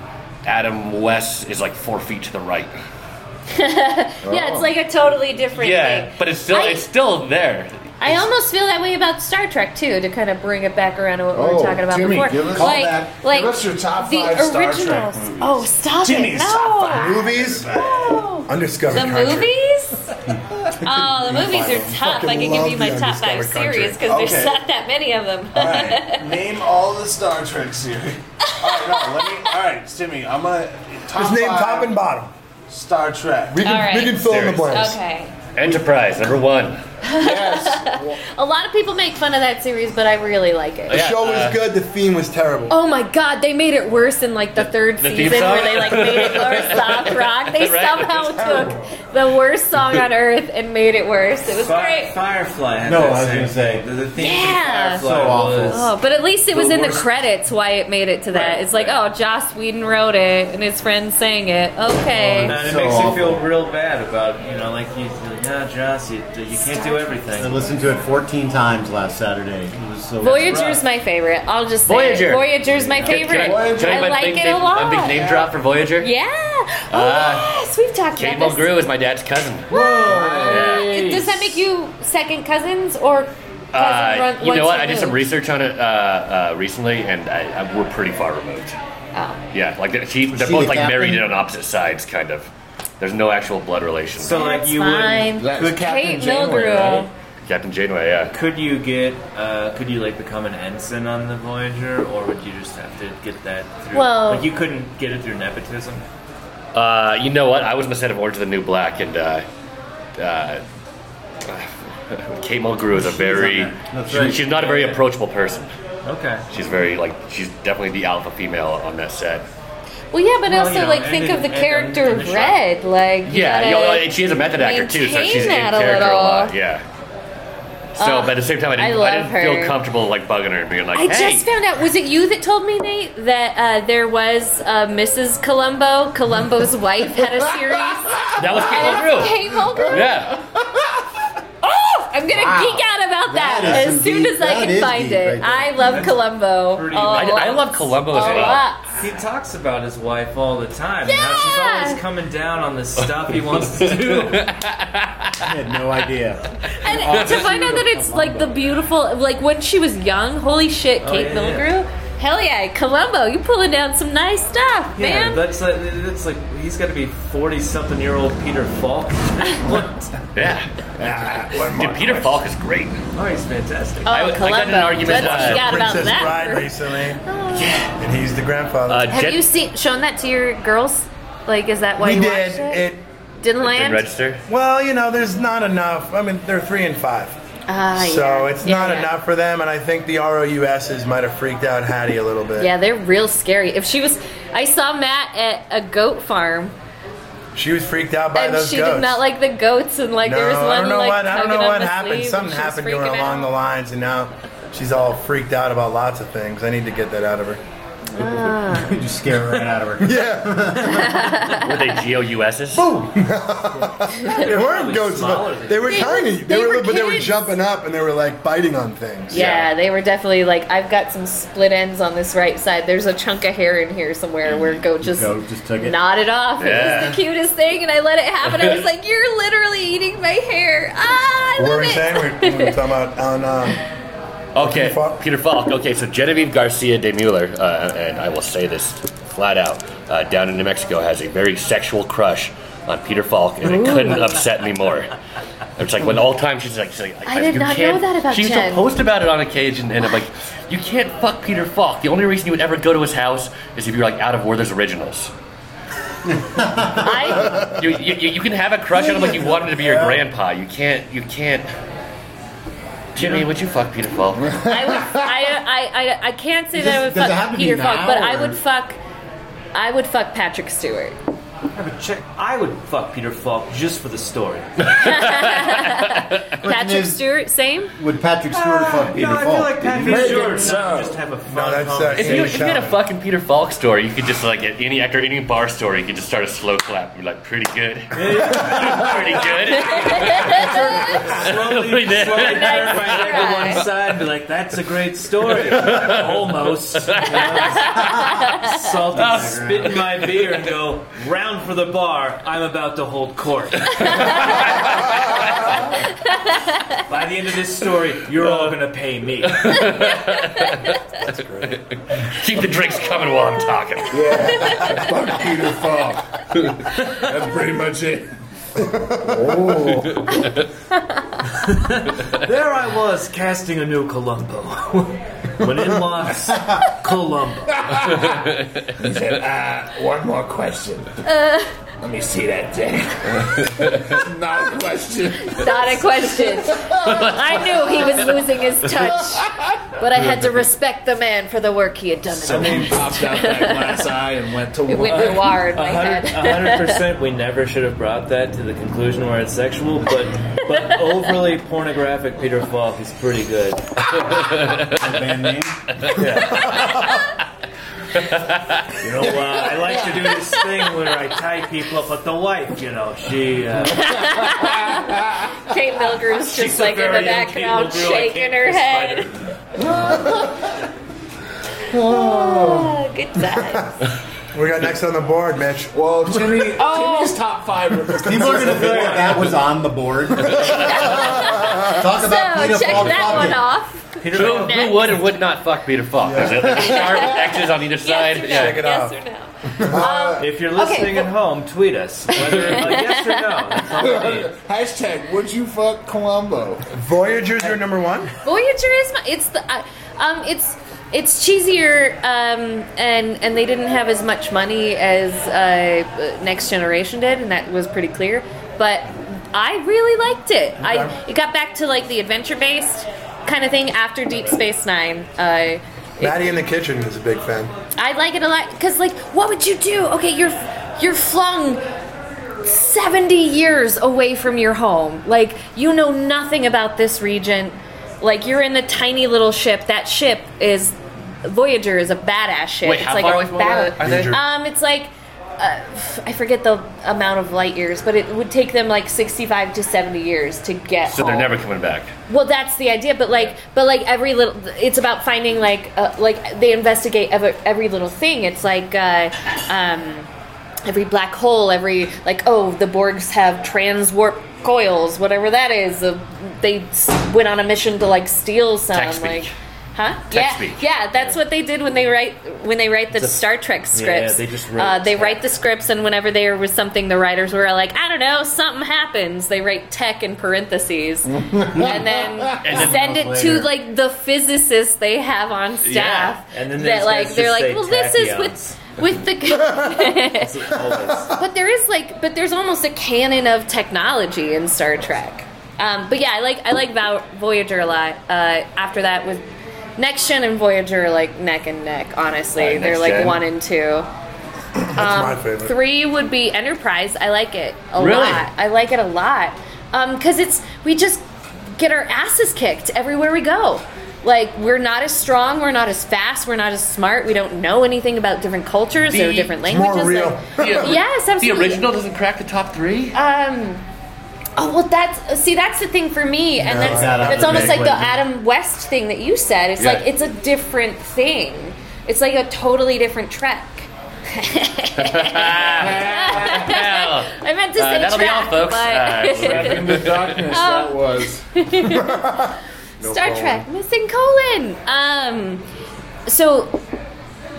Speaker 10: Adam West is like four feet to the right. Oh.
Speaker 5: yeah, it's like a totally different
Speaker 10: Yeah,
Speaker 5: thing.
Speaker 10: but it's still it's still there.
Speaker 5: I almost feel that way about Star Trek too, to kind of bring it back around to what we
Speaker 10: Oh,
Speaker 5: were talking about
Speaker 10: Jimmy,
Speaker 5: before.
Speaker 10: give us- Call
Speaker 5: like,
Speaker 10: back.
Speaker 5: like
Speaker 10: Give us your top
Speaker 5: the
Speaker 10: five Star Trek
Speaker 5: originals. Oh, stop it!
Speaker 9: Jimmy's
Speaker 5: No,
Speaker 9: top five movies. Undiscovered
Speaker 5: The
Speaker 9: Country.
Speaker 5: movies? Oh, the movies are tough. I can give you my top
Speaker 9: Fucking love the
Speaker 5: five
Speaker 9: Undiscovered Country.
Speaker 5: series because there's
Speaker 9: Okay.
Speaker 5: not that many of them.
Speaker 8: Name all the Star Trek series. All right, no, let me. All right, Jimmy, I'm gonna top
Speaker 9: Just name
Speaker 8: five
Speaker 9: top and bottom.
Speaker 8: Star Trek.
Speaker 9: We can- All right. we can fill in the blanks.
Speaker 5: okay.
Speaker 10: Enterprise number one.
Speaker 5: a lot of people make fun of that series, but I really like it.
Speaker 9: The show was
Speaker 10: uh,
Speaker 9: good. The theme was terrible.
Speaker 5: Oh my god, they made it worse in like the third
Speaker 9: the theme
Speaker 5: season where
Speaker 9: song?
Speaker 5: they like made it more soft rock. They
Speaker 6: Right.
Speaker 5: somehow took the worst song on earth and made it worse. It was great.
Speaker 6: Firefly. had
Speaker 7: No,
Speaker 6: that
Speaker 7: I was
Speaker 6: same-
Speaker 7: gonna say.
Speaker 6: the, the theme
Speaker 5: Yeah.
Speaker 6: to Firefly was.
Speaker 5: Oh, but at least it was
Speaker 6: the
Speaker 5: in the
Speaker 6: worst-
Speaker 5: credits why it made it to that. it's like, oh, Joss Whedon wrote it and his friend sang it. Okay.
Speaker 9: Oh,
Speaker 6: uh, And it makes you feel real bad about, you know, like, you, like, yeah, uh, Joss, you, you can't
Speaker 7: do everything.
Speaker 14: I listened to it 14 times last Saturday. It was so
Speaker 5: Voyager's my favorite. I'll just say
Speaker 6: Voyager.
Speaker 5: It. Voyager's my
Speaker 6: Can- can I-
Speaker 5: favorite.
Speaker 6: can I do
Speaker 5: I,
Speaker 6: my
Speaker 5: like
Speaker 6: big
Speaker 5: it
Speaker 6: name-
Speaker 5: a lot.
Speaker 6: My big name drop for Voyager.
Speaker 5: Yeah. Oh
Speaker 6: Uh,
Speaker 5: yes, we've talked
Speaker 6: Kate
Speaker 5: about this.
Speaker 6: Mulgrew is my dad's cousin.
Speaker 5: It- Does that make you second cousins or cousin run,
Speaker 6: Uh, you
Speaker 5: once
Speaker 6: know what? I did
Speaker 5: removed?
Speaker 6: some research on it uh, uh, recently, and I, I, we're pretty far removed.
Speaker 5: Oh.
Speaker 6: Yeah, like they're, she, they're
Speaker 14: she
Speaker 6: both
Speaker 14: the
Speaker 6: like
Speaker 14: captain?
Speaker 6: married on opposite sides, kind of. There's no actual blood relation.
Speaker 7: So, like, That's you would-
Speaker 5: fine.
Speaker 7: That's
Speaker 5: Kate Captain Janeway, Mulgrew. right?
Speaker 6: Captain Janeway, yeah.
Speaker 7: Could you get, uh, could you like become an ensign on the Voyager, or would you just have to get that through?
Speaker 5: Well-
Speaker 7: like you couldn't get it through nepotism.
Speaker 6: Uh, you know what? I was on the set of Orange is the New Black, and uh, uh, Kate Mulgrew is a very
Speaker 7: That's
Speaker 6: she-
Speaker 7: right.
Speaker 6: she's not a very approachable person.
Speaker 7: Okay.
Speaker 6: She's very like she's definitely the alpha female on that set.
Speaker 5: Well, yeah, but
Speaker 7: Well,
Speaker 5: also
Speaker 7: you know,
Speaker 5: like
Speaker 7: and
Speaker 5: think
Speaker 7: in-
Speaker 5: of the
Speaker 7: and-
Speaker 5: character
Speaker 7: and in the shop.
Speaker 5: Red. Like you
Speaker 6: Yeah,
Speaker 5: gotta
Speaker 6: you know, and she is a method actor too, so
Speaker 5: maintain
Speaker 6: she's in
Speaker 5: that a
Speaker 6: character a,
Speaker 5: little.
Speaker 6: lot. Yeah. So,
Speaker 10: Ah,
Speaker 5: Ugh,
Speaker 6: but at the same time, I
Speaker 5: I
Speaker 6: didn't, I
Speaker 5: love
Speaker 6: didn't
Speaker 5: her.
Speaker 6: feel comfortable like bugging her and being like,
Speaker 5: I
Speaker 6: "Hey,
Speaker 5: just found out. Was it you that told me, Nate, that uh, there was uh, Mrs. Columbo? Columbo's wife had a series.
Speaker 6: that was Kate Mulgrew."
Speaker 5: Kate Mulgrew.
Speaker 6: Yeah,
Speaker 5: Oh, I'm gonna
Speaker 6: Wow.
Speaker 5: geek out about that,
Speaker 6: That is
Speaker 5: as
Speaker 6: some
Speaker 5: soon
Speaker 6: deep-
Speaker 5: as I
Speaker 6: that is
Speaker 5: can find
Speaker 6: deep
Speaker 5: it.
Speaker 6: right there.
Speaker 5: I love Columbo. a
Speaker 7: I- I
Speaker 5: lot.
Speaker 6: love Columbo as
Speaker 5: A
Speaker 6: well.
Speaker 5: lot.
Speaker 7: He talks about his wife all the time. and How she's always coming down on the stuff he wants to do.
Speaker 14: I had no idea.
Speaker 6: Oh,
Speaker 5: And to find out that it's like the beautiful, like when she was young, holy shit,
Speaker 7: Oh,
Speaker 5: Kate
Speaker 7: yeah,
Speaker 5: Mulgrew. Hell yeah, Columbo, you pulling down some nice stuff,
Speaker 7: Yeah,
Speaker 5: man.
Speaker 7: that's like, that's like he's got to be forty something year old Peter Falk. what? Ah,
Speaker 6: Yeah. Dude, Peter Falk is great.
Speaker 7: Oh, he's fantastic.
Speaker 6: I- I got in an Columbo. argument, Let's uh,
Speaker 5: geek out about
Speaker 9: Princess
Speaker 5: that
Speaker 9: Bride
Speaker 5: for-
Speaker 9: recently, and he's the grandfather.
Speaker 5: Have you seen shown that to your girls? Like, is that why
Speaker 9: We
Speaker 5: you
Speaker 9: did.
Speaker 5: watched it?
Speaker 9: It
Speaker 5: Didn't land.
Speaker 9: Well, you know, there's not enough. I mean, they're three and five.
Speaker 5: Ah,
Speaker 9: so
Speaker 5: yeah.
Speaker 9: it's
Speaker 5: Yeah,
Speaker 9: not
Speaker 5: yeah.
Speaker 9: enough for them, and I think the ROUSs might have freaked out Hattie a little bit.
Speaker 5: Yeah, they're real scary. If she was, I saw Matt at a goat farm,
Speaker 9: She was freaked out by
Speaker 5: and
Speaker 9: those
Speaker 5: she
Speaker 9: goats.
Speaker 5: did not like the goats, and like
Speaker 9: no,
Speaker 5: there was one
Speaker 9: I don't know
Speaker 5: like
Speaker 9: what I don't
Speaker 5: tugging on
Speaker 9: know what
Speaker 5: the
Speaker 9: happened.
Speaker 5: sleeve,
Speaker 9: Something
Speaker 5: and she was
Speaker 9: happened to her
Speaker 5: freaking
Speaker 9: along
Speaker 5: out.
Speaker 9: the lines, and now she's all freaked out about lots of things. I need to get that out of her.
Speaker 5: Ah.
Speaker 14: You just scare her right out of her.
Speaker 9: yeah.
Speaker 6: Were they G-O-U-S's?
Speaker 9: Boom! they weren't
Speaker 6: Probably
Speaker 9: goats.
Speaker 6: smaller
Speaker 9: But
Speaker 6: than-
Speaker 9: they were
Speaker 5: They were-
Speaker 9: tiny. They,
Speaker 5: they
Speaker 9: were,
Speaker 5: were
Speaker 9: but they were
Speaker 5: kids.
Speaker 9: jumping up and they were like biting on things.
Speaker 5: Yeah, they were definitely like, I've got some split ends on this right side. There's a chunk of hair in here somewhere where goat just
Speaker 14: Goat just took it.
Speaker 5: nodded off. It
Speaker 14: Yeah.
Speaker 5: was the cutest thing, and I let it happen. I was like, You're literally eating my hair. Ah, I
Speaker 9: What were
Speaker 5: love
Speaker 9: we
Speaker 5: it.
Speaker 9: saying? We we were talking about on. Um,
Speaker 6: Okay, Peter Falk. Okay, so Genevieve Garcia de Mueller, uh, and I will say this flat out, uh, down in New Mexico, has a very sexual crush on Peter Falk, and it
Speaker 5: Ooh.
Speaker 6: couldn't upset me more. It's like when all the time she's like, she's like
Speaker 5: I did
Speaker 6: "You
Speaker 5: not
Speaker 6: can't-"
Speaker 5: know that about
Speaker 6: She used
Speaker 5: Jen.
Speaker 6: to post about it on occasion, and I'm like, you can't fuck Peter Falk. The only reason you would ever go to his house is if you're like out of Werther's Originals. you, you, you you can have a crush on him like you want him to be your grandpa. You can't. You can't. Jimmy, would you fuck Peter Falk?
Speaker 5: I, would, I, I, I, I can't say that I would
Speaker 6: Does it have
Speaker 5: fuck
Speaker 6: to be
Speaker 5: Peter Falk,
Speaker 6: now,
Speaker 5: but
Speaker 6: or-
Speaker 5: I would fuck. I would fuck Patrick Stewart.
Speaker 7: I would check. I would fuck Peter Falk just for the story.
Speaker 5: Patrick Stewart, same.
Speaker 14: Would Patrick Stewart fuck Peter
Speaker 7: I feel
Speaker 14: Falk?
Speaker 7: like Patrick
Speaker 14: Maybe.
Speaker 7: Stewart not just have a fun
Speaker 6: if you, if you had
Speaker 7: conversation.
Speaker 6: a fucking Peter Falk story, you could just like at any actor, any bar story, you could just start a slow clap. You're like, pretty good. Pretty
Speaker 7: slowly, slowly
Speaker 6: Slowly there.
Speaker 7: turn my head to one side and be like, "That's a great story." Almost. You know, Salt and spit in my beer and go round for the bar. I'm about to hold court. By the end of this story, you're all gonna pay me.
Speaker 6: That's great. Keep the drinks coming while I'm talking.
Speaker 7: Ah,
Speaker 8: Fuck Peter Falk. That's pretty much it. Oh.
Speaker 7: There I was casting a new Columbo. when it was Columbo.
Speaker 8: He said, uh, one more question.
Speaker 5: Uh,
Speaker 8: Let me see that dick. Not a question.
Speaker 5: not a question. I knew he was losing his touch, but I had to respect the man for the work he had done. in the
Speaker 8: Someone popped out that glass eye and went to
Speaker 5: It went noir in
Speaker 6: uh,
Speaker 5: my head.
Speaker 7: hundred percent. We never should have brought that to the conclusion where it's sexual, but but overly pornographic Peter Falk is pretty good.
Speaker 14: band name?
Speaker 7: Yeah.
Speaker 6: You know, uh, I like to do this thing where I tie people up, but the wife, you know, she. Uh,
Speaker 10: Kate Milgram's
Speaker 6: She's
Speaker 10: just
Speaker 6: a
Speaker 10: like in the
Speaker 6: very young
Speaker 10: background
Speaker 6: Kate Mulgrew. I
Speaker 10: shaking
Speaker 6: can't
Speaker 10: her
Speaker 6: despite
Speaker 10: head. oh, good time.
Speaker 9: We got next on the board, Mitch.
Speaker 8: Well, Timmy,
Speaker 10: Oh.
Speaker 13: Timmy's top five.
Speaker 7: People are going to think that that was on the board. Talk
Speaker 10: so check that one off.
Speaker 5: Who, who would and would not fuck Peter Falk? Is it like a sharp X's on either side?
Speaker 10: Yes or no. Yes or no.
Speaker 6: if you're listening
Speaker 10: okay.
Speaker 6: at home, tweet us. Whether, uh, yes or no. That's all we need.
Speaker 8: Hashtag would you fuck Columbo?
Speaker 9: Voyager's your number one.
Speaker 10: Voyager is my. It's the. I um, it's it's cheesier, um, and and they didn't have as much money as uh, Next Generation did, and that was pretty clear. But I really liked it. I it got back to like the adventure based kind of thing after Deep Space Nine. Uh,
Speaker 9: Maddie in the kitchen is a big fan.
Speaker 10: I like it a lot because, like, what would you do? Okay, you're you're flung seventy years away from your home. Like, you know nothing about this region. Like, you're in a tiny little ship. That ship is Voyager is a badass ship.
Speaker 5: Wait,
Speaker 10: it's
Speaker 5: how
Speaker 10: like
Speaker 5: far
Speaker 10: a
Speaker 5: away from where
Speaker 10: bad-
Speaker 5: are they?
Speaker 10: Um, it's like. Uh, f- I forget the amount of light years, but it would take them like 65 to 70 years to get
Speaker 5: So they're
Speaker 10: home.
Speaker 5: never coming back.
Speaker 10: Well, that's the idea, but like, but like every little, it's about finding like, uh, like they investigate every, every little thing. It's like, uh, um, every black hole, every like, oh, the Borgs have trans warp coils, whatever that is. Uh, they s- went on a mission to like steal some,
Speaker 5: Tech speak.
Speaker 10: like, huh?
Speaker 5: Tech
Speaker 10: yeah,
Speaker 5: speak.
Speaker 10: yeah, that's what they did when they write when they write the
Speaker 5: It's a-
Speaker 10: Star Trek scripts.
Speaker 5: they just wrote
Speaker 10: uh, they write the scripts, and whenever there was something, the writers were like, I don't know, something happens. They write tech in parentheses and then
Speaker 6: And then-
Speaker 10: send it to
Speaker 6: Later.
Speaker 10: like the physicists they have on staff.
Speaker 6: Yeah, and then
Speaker 10: that
Speaker 6: these
Speaker 10: like
Speaker 6: guys
Speaker 10: they're
Speaker 6: just
Speaker 10: like,
Speaker 6: say
Speaker 10: well, this is
Speaker 6: tachyons.
Speaker 10: with with the. but there is like, but there's almost a canon of technology in Star Trek. Um, but yeah, I like I like Vo- Voyager a lot. Uh, after that was Next Gen and Voyager are like neck and neck. Honestly,
Speaker 5: Alright,
Speaker 10: they're
Speaker 5: Uh, Next
Speaker 10: like
Speaker 5: Gen.
Speaker 10: one and two.
Speaker 9: That's my favorite.
Speaker 10: Um, Three would be Enterprise. I like it a
Speaker 9: Really?
Speaker 10: lot. I like it a lot because it's we just get our asses kicked everywhere we go. Like we're not as strong, we're not as fast, we're not as smart. We don't know anything about different cultures or different languages. Like, yes,
Speaker 5: The
Speaker 10: absolutely.
Speaker 5: original doesn't crack the top three.
Speaker 10: Um. Oh well, that's see, that's the thing for me, and
Speaker 5: No,
Speaker 10: that's
Speaker 5: it's not out
Speaker 10: that's
Speaker 5: the
Speaker 10: almost
Speaker 5: big
Speaker 10: like the
Speaker 5: way.
Speaker 10: Adam West thing that you said. It's
Speaker 5: Yeah.
Speaker 10: like it's a different thing. It's like a totally different trek. I meant to
Speaker 5: Uh,
Speaker 10: say
Speaker 5: that'll be
Speaker 10: track,
Speaker 5: all, folks.
Speaker 10: but-
Speaker 5: Uh, Rev in the Darkness,
Speaker 10: Oh.
Speaker 5: that
Speaker 8: was
Speaker 10: Star
Speaker 8: colon.
Speaker 10: Trek missing colon. Um, so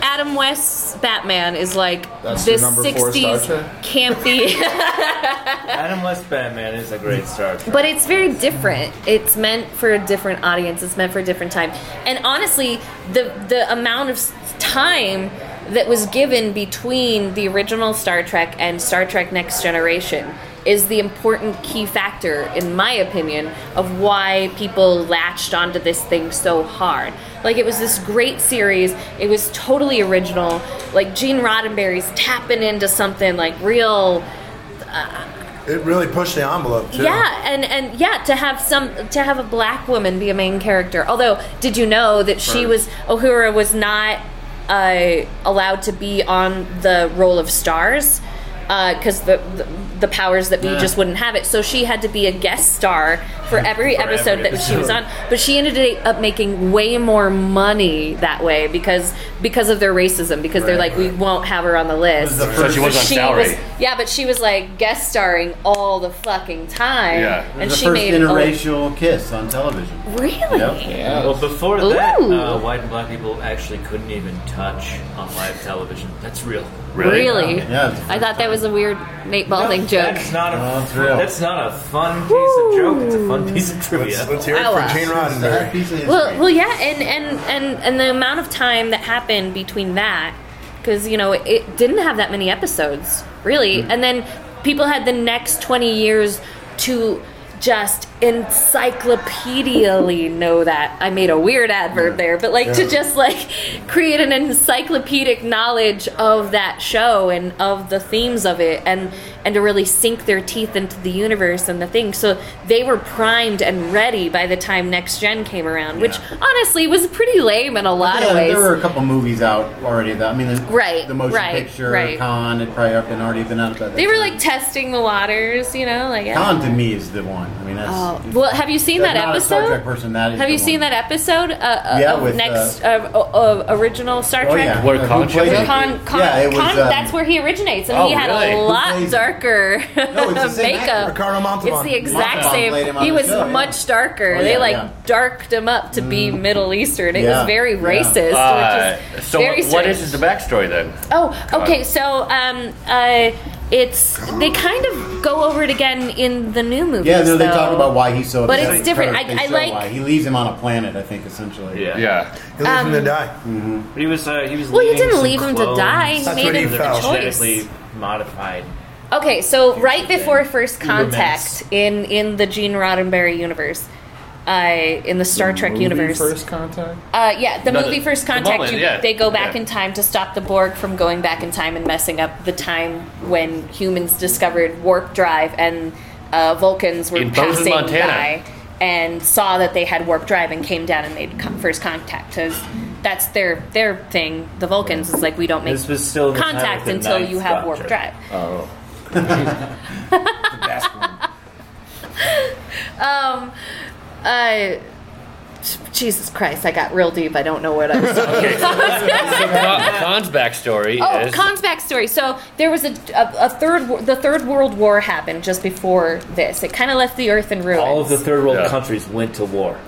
Speaker 10: Adam West's Batman is like
Speaker 6: That's
Speaker 10: this
Speaker 6: your number four Star
Speaker 10: '60s
Speaker 6: Trek?
Speaker 10: campy.
Speaker 6: Adam West Batman is a great Star Trek.
Speaker 10: But it's very different. It's meant for a different audience. It's meant for a different time. And honestly, the the amount of s- time that was given between the original Star Trek and Star Trek Next Generation is the important key factor in my opinion of why people latched onto this thing so hard. Like it was this great series. It was totally original. Like Gene Roddenberry's tapping into something like real
Speaker 9: It really pushed the envelope too.
Speaker 10: yeah, and and yeah, to have some to have a black woman be a main character. Although, did you know that she
Speaker 9: Right.
Speaker 10: was Uhura was not uh, allowed to be on the role of stars because the, the the powers that be
Speaker 5: Yeah.
Speaker 10: just wouldn't have it. So she had to be a guest star for every
Speaker 5: For every
Speaker 10: episode that she was
Speaker 5: episode.
Speaker 10: on. But she ended up making way more money that way because because of their racism. Because they're
Speaker 5: Right,
Speaker 10: like, we won't have her on the list.
Speaker 5: the So first- she was on
Speaker 10: was-
Speaker 5: salary.
Speaker 10: yeah, but she was like guest starring all the fucking time. and
Speaker 7: the
Speaker 10: she
Speaker 7: first
Speaker 10: made oh,
Speaker 7: interracial kiss on television.
Speaker 10: A, really?
Speaker 7: Yep.
Speaker 6: Well, before that,
Speaker 10: Ooh.
Speaker 6: uh, white and black people actually couldn't even touch on live television. That's real.
Speaker 10: Really?
Speaker 6: Yeah.
Speaker 10: I thought that was a weird Nate Balding joke.
Speaker 6: That's not a Oh, that's not a fun piece of joke. It's a fun piece of trivia. Let's,
Speaker 9: hear
Speaker 10: it from Ow. Gene
Speaker 6: Roddenberry.
Speaker 10: Well, well, yeah, and and and and the amount of time that happened between that, because you know it, it didn't have that many episodes really, and then people had the next twenty years to just encyclopedially know that. I made a weird adverb there, but like to
Speaker 13: Yeah.
Speaker 10: just like create an encyclopedic knowledge of that show and of the themes of it and and to really sink their teeth into the universe and the thing. So they were primed and ready by the time next gen came around, which honestly was pretty lame in a lot
Speaker 7: Yeah,
Speaker 10: of ways.
Speaker 7: there were a couple movies out already. That I mean, the,
Speaker 10: Right,
Speaker 7: the motion
Speaker 10: right,
Speaker 7: picture
Speaker 10: right.
Speaker 7: con had probably been already been out. About
Speaker 10: They were like testing the waters, you know, like
Speaker 7: con to me is the one. I mean, that's.
Speaker 10: Oh, well, have you seen
Speaker 7: that's
Speaker 10: that
Speaker 7: not A Star Trek
Speaker 10: episode?
Speaker 7: person, that is
Speaker 10: Have
Speaker 7: the
Speaker 10: you
Speaker 7: one.
Speaker 10: seen that episode? Uh, uh,
Speaker 7: Yeah,
Speaker 10: of
Speaker 7: with,
Speaker 10: next uh, uh, uh, original Star
Speaker 7: Oh
Speaker 10: Trek.
Speaker 7: yeah, Where Who Khan played showed it? up?
Speaker 10: Khan- Khan-
Speaker 7: Yeah, it was,
Speaker 10: Khan-
Speaker 7: um,
Speaker 10: that's where he originates, and
Speaker 7: Oh,
Speaker 10: he had
Speaker 7: really?
Speaker 10: a
Speaker 7: Who
Speaker 10: lot
Speaker 7: plays-
Speaker 10: darker makeup.
Speaker 9: Ricardo Montalban.
Speaker 10: It's the exact
Speaker 9: Montalban played him
Speaker 10: same.
Speaker 9: on
Speaker 10: He
Speaker 9: the
Speaker 10: was
Speaker 9: show, yeah.
Speaker 10: much darker.
Speaker 5: Oh,
Speaker 10: they
Speaker 5: yeah,
Speaker 10: like
Speaker 5: yeah.
Speaker 10: darked him up to be
Speaker 7: Mm.
Speaker 10: Middle Eastern. It
Speaker 5: Yeah,
Speaker 10: was very
Speaker 5: yeah.
Speaker 10: racist,
Speaker 5: Uh,
Speaker 10: which is
Speaker 5: so
Speaker 10: very
Speaker 5: what
Speaker 10: strange.
Speaker 5: is the backstory then?
Speaker 10: Oh,
Speaker 5: God.
Speaker 10: okay. So, um, uh, it's they kind of go over it again in the new movie.
Speaker 7: Yeah, no, they talk about why he's so.
Speaker 10: But
Speaker 7: upset
Speaker 10: it's different.
Speaker 7: at Kirk.
Speaker 10: I-
Speaker 7: They
Speaker 10: I
Speaker 7: show
Speaker 10: like-
Speaker 7: why. he leaves him on a planet. I think essentially.
Speaker 6: Yeah.
Speaker 5: Yeah.
Speaker 9: He leaves
Speaker 10: Um,
Speaker 9: him to die.
Speaker 6: He was. Uh, he was.
Speaker 10: Well, you
Speaker 6: leading
Speaker 10: didn't
Speaker 6: some
Speaker 10: leave him to
Speaker 6: clones
Speaker 10: die. He That's made what he him
Speaker 6: that
Speaker 10: felt.
Speaker 6: were
Speaker 10: choice.
Speaker 6: Genetically modified.
Speaker 10: Okay, so right before First
Speaker 6: Uber
Speaker 10: Contact in in the Gene Roddenberry universe, uh, in the Star Trek
Speaker 5: movie
Speaker 10: universe,
Speaker 5: First
Speaker 6: Contact.
Speaker 10: Uh, yeah, the
Speaker 5: No,
Speaker 10: movie
Speaker 5: the-
Speaker 10: First
Speaker 5: the
Speaker 10: Contact.
Speaker 5: moment,
Speaker 10: you,
Speaker 5: yeah,
Speaker 10: They go back
Speaker 5: yeah.
Speaker 10: in time to stop the Borg from going back in time and messing up the time when humans discovered warp drive and uh, Vulcans were
Speaker 5: In Bozeman,
Speaker 10: passing
Speaker 5: Montana.
Speaker 10: by and saw that they had warp drive and came down and made con- First Contact. 'cause that's their their thing. The Vulcans is like we don't make
Speaker 6: This was still in the time of
Speaker 10: contact
Speaker 6: the
Speaker 10: until
Speaker 6: Ninth
Speaker 10: you have warp
Speaker 6: Doctor.
Speaker 10: drive.
Speaker 6: Oh.
Speaker 10: Um, uh, Jesus Christ, I got real deep. I don't know what I was talking about.
Speaker 5: Con- Khan's backstory
Speaker 10: Oh,
Speaker 5: is
Speaker 10: Khan's backstory. So there was a, a, a third, wo- the Third World War happened just before this. It kind of left the Earth in ruins.
Speaker 6: All of the third world countries went to war.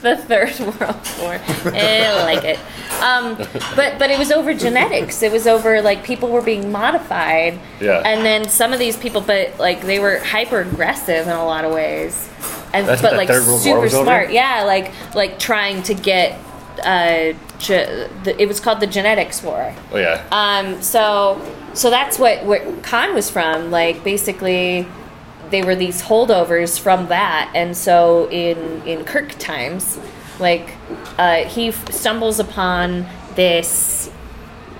Speaker 10: the Third World War. Eh, I like it. Um, but but it was over genetics. It was over like people were being modified.
Speaker 5: Yeah.
Speaker 10: And then some of these people, but like they were hyper aggressive in a lot of ways, and
Speaker 5: That's what
Speaker 10: but
Speaker 5: that
Speaker 10: like
Speaker 5: Third World War
Speaker 10: super
Speaker 5: was over?
Speaker 10: smart. Yeah, like like trying to get. Uh, ge- the, it was called the genetics war.
Speaker 5: Oh yeah.
Speaker 10: Um, so so that's what what Khan was from. Like basically, they were these holdovers from that, and so in in Kirk times, like uh, he f- stumbles upon this.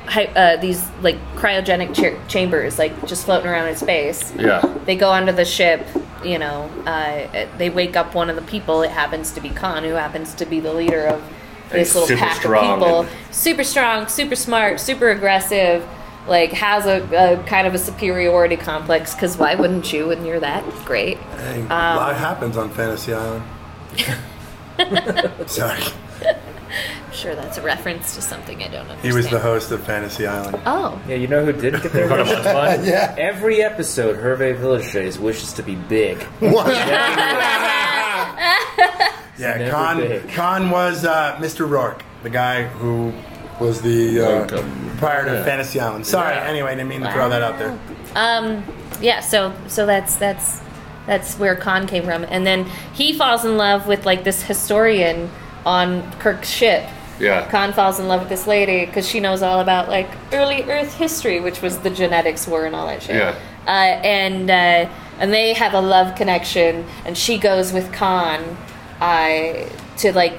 Speaker 10: hy- Uh, these like cryogenic cha- chambers, like just floating around in space.
Speaker 5: Yeah.
Speaker 10: They go onto the ship, you know. Uh, they wake up one of the people. It happens to be Khan, who happens to be the leader of this
Speaker 5: And
Speaker 10: little
Speaker 5: super
Speaker 10: pack of
Speaker 5: strong
Speaker 10: people.
Speaker 5: and-
Speaker 10: Super strong, super smart, super aggressive. Like has a, a kind of a superiority complex because why wouldn't you when you're that great?
Speaker 9: Hey,
Speaker 10: Um,
Speaker 9: a lot happens on Fantasy Island. Sorry.
Speaker 10: I'm sure that's a reference to something I don't know.
Speaker 9: He was the host of Fantasy Island.
Speaker 10: Oh,
Speaker 6: Yeah, you know who did get their wish? yeah. Every episode, Hervé Villages wishes to be big.
Speaker 9: Yeah,
Speaker 6: Never
Speaker 9: Khan,
Speaker 6: big.
Speaker 9: Khan was uh, Mr. Rourke, the guy who was the uh, prior to
Speaker 6: Yeah.
Speaker 9: Fantasy Island. Sorry, anyway, didn't mean to throw that out there.
Speaker 10: Um, yeah, so so that's that's that's where Khan came from, and then he falls in love with like this historian on Kirk's ship.
Speaker 5: Yeah.
Speaker 10: Khan falls in love with this lady because she knows all about like early Earth history, which was the genetics war and all that shit.
Speaker 5: Yeah.
Speaker 10: Uh, and uh, and they have a love connection, and she goes with Khan uh, to like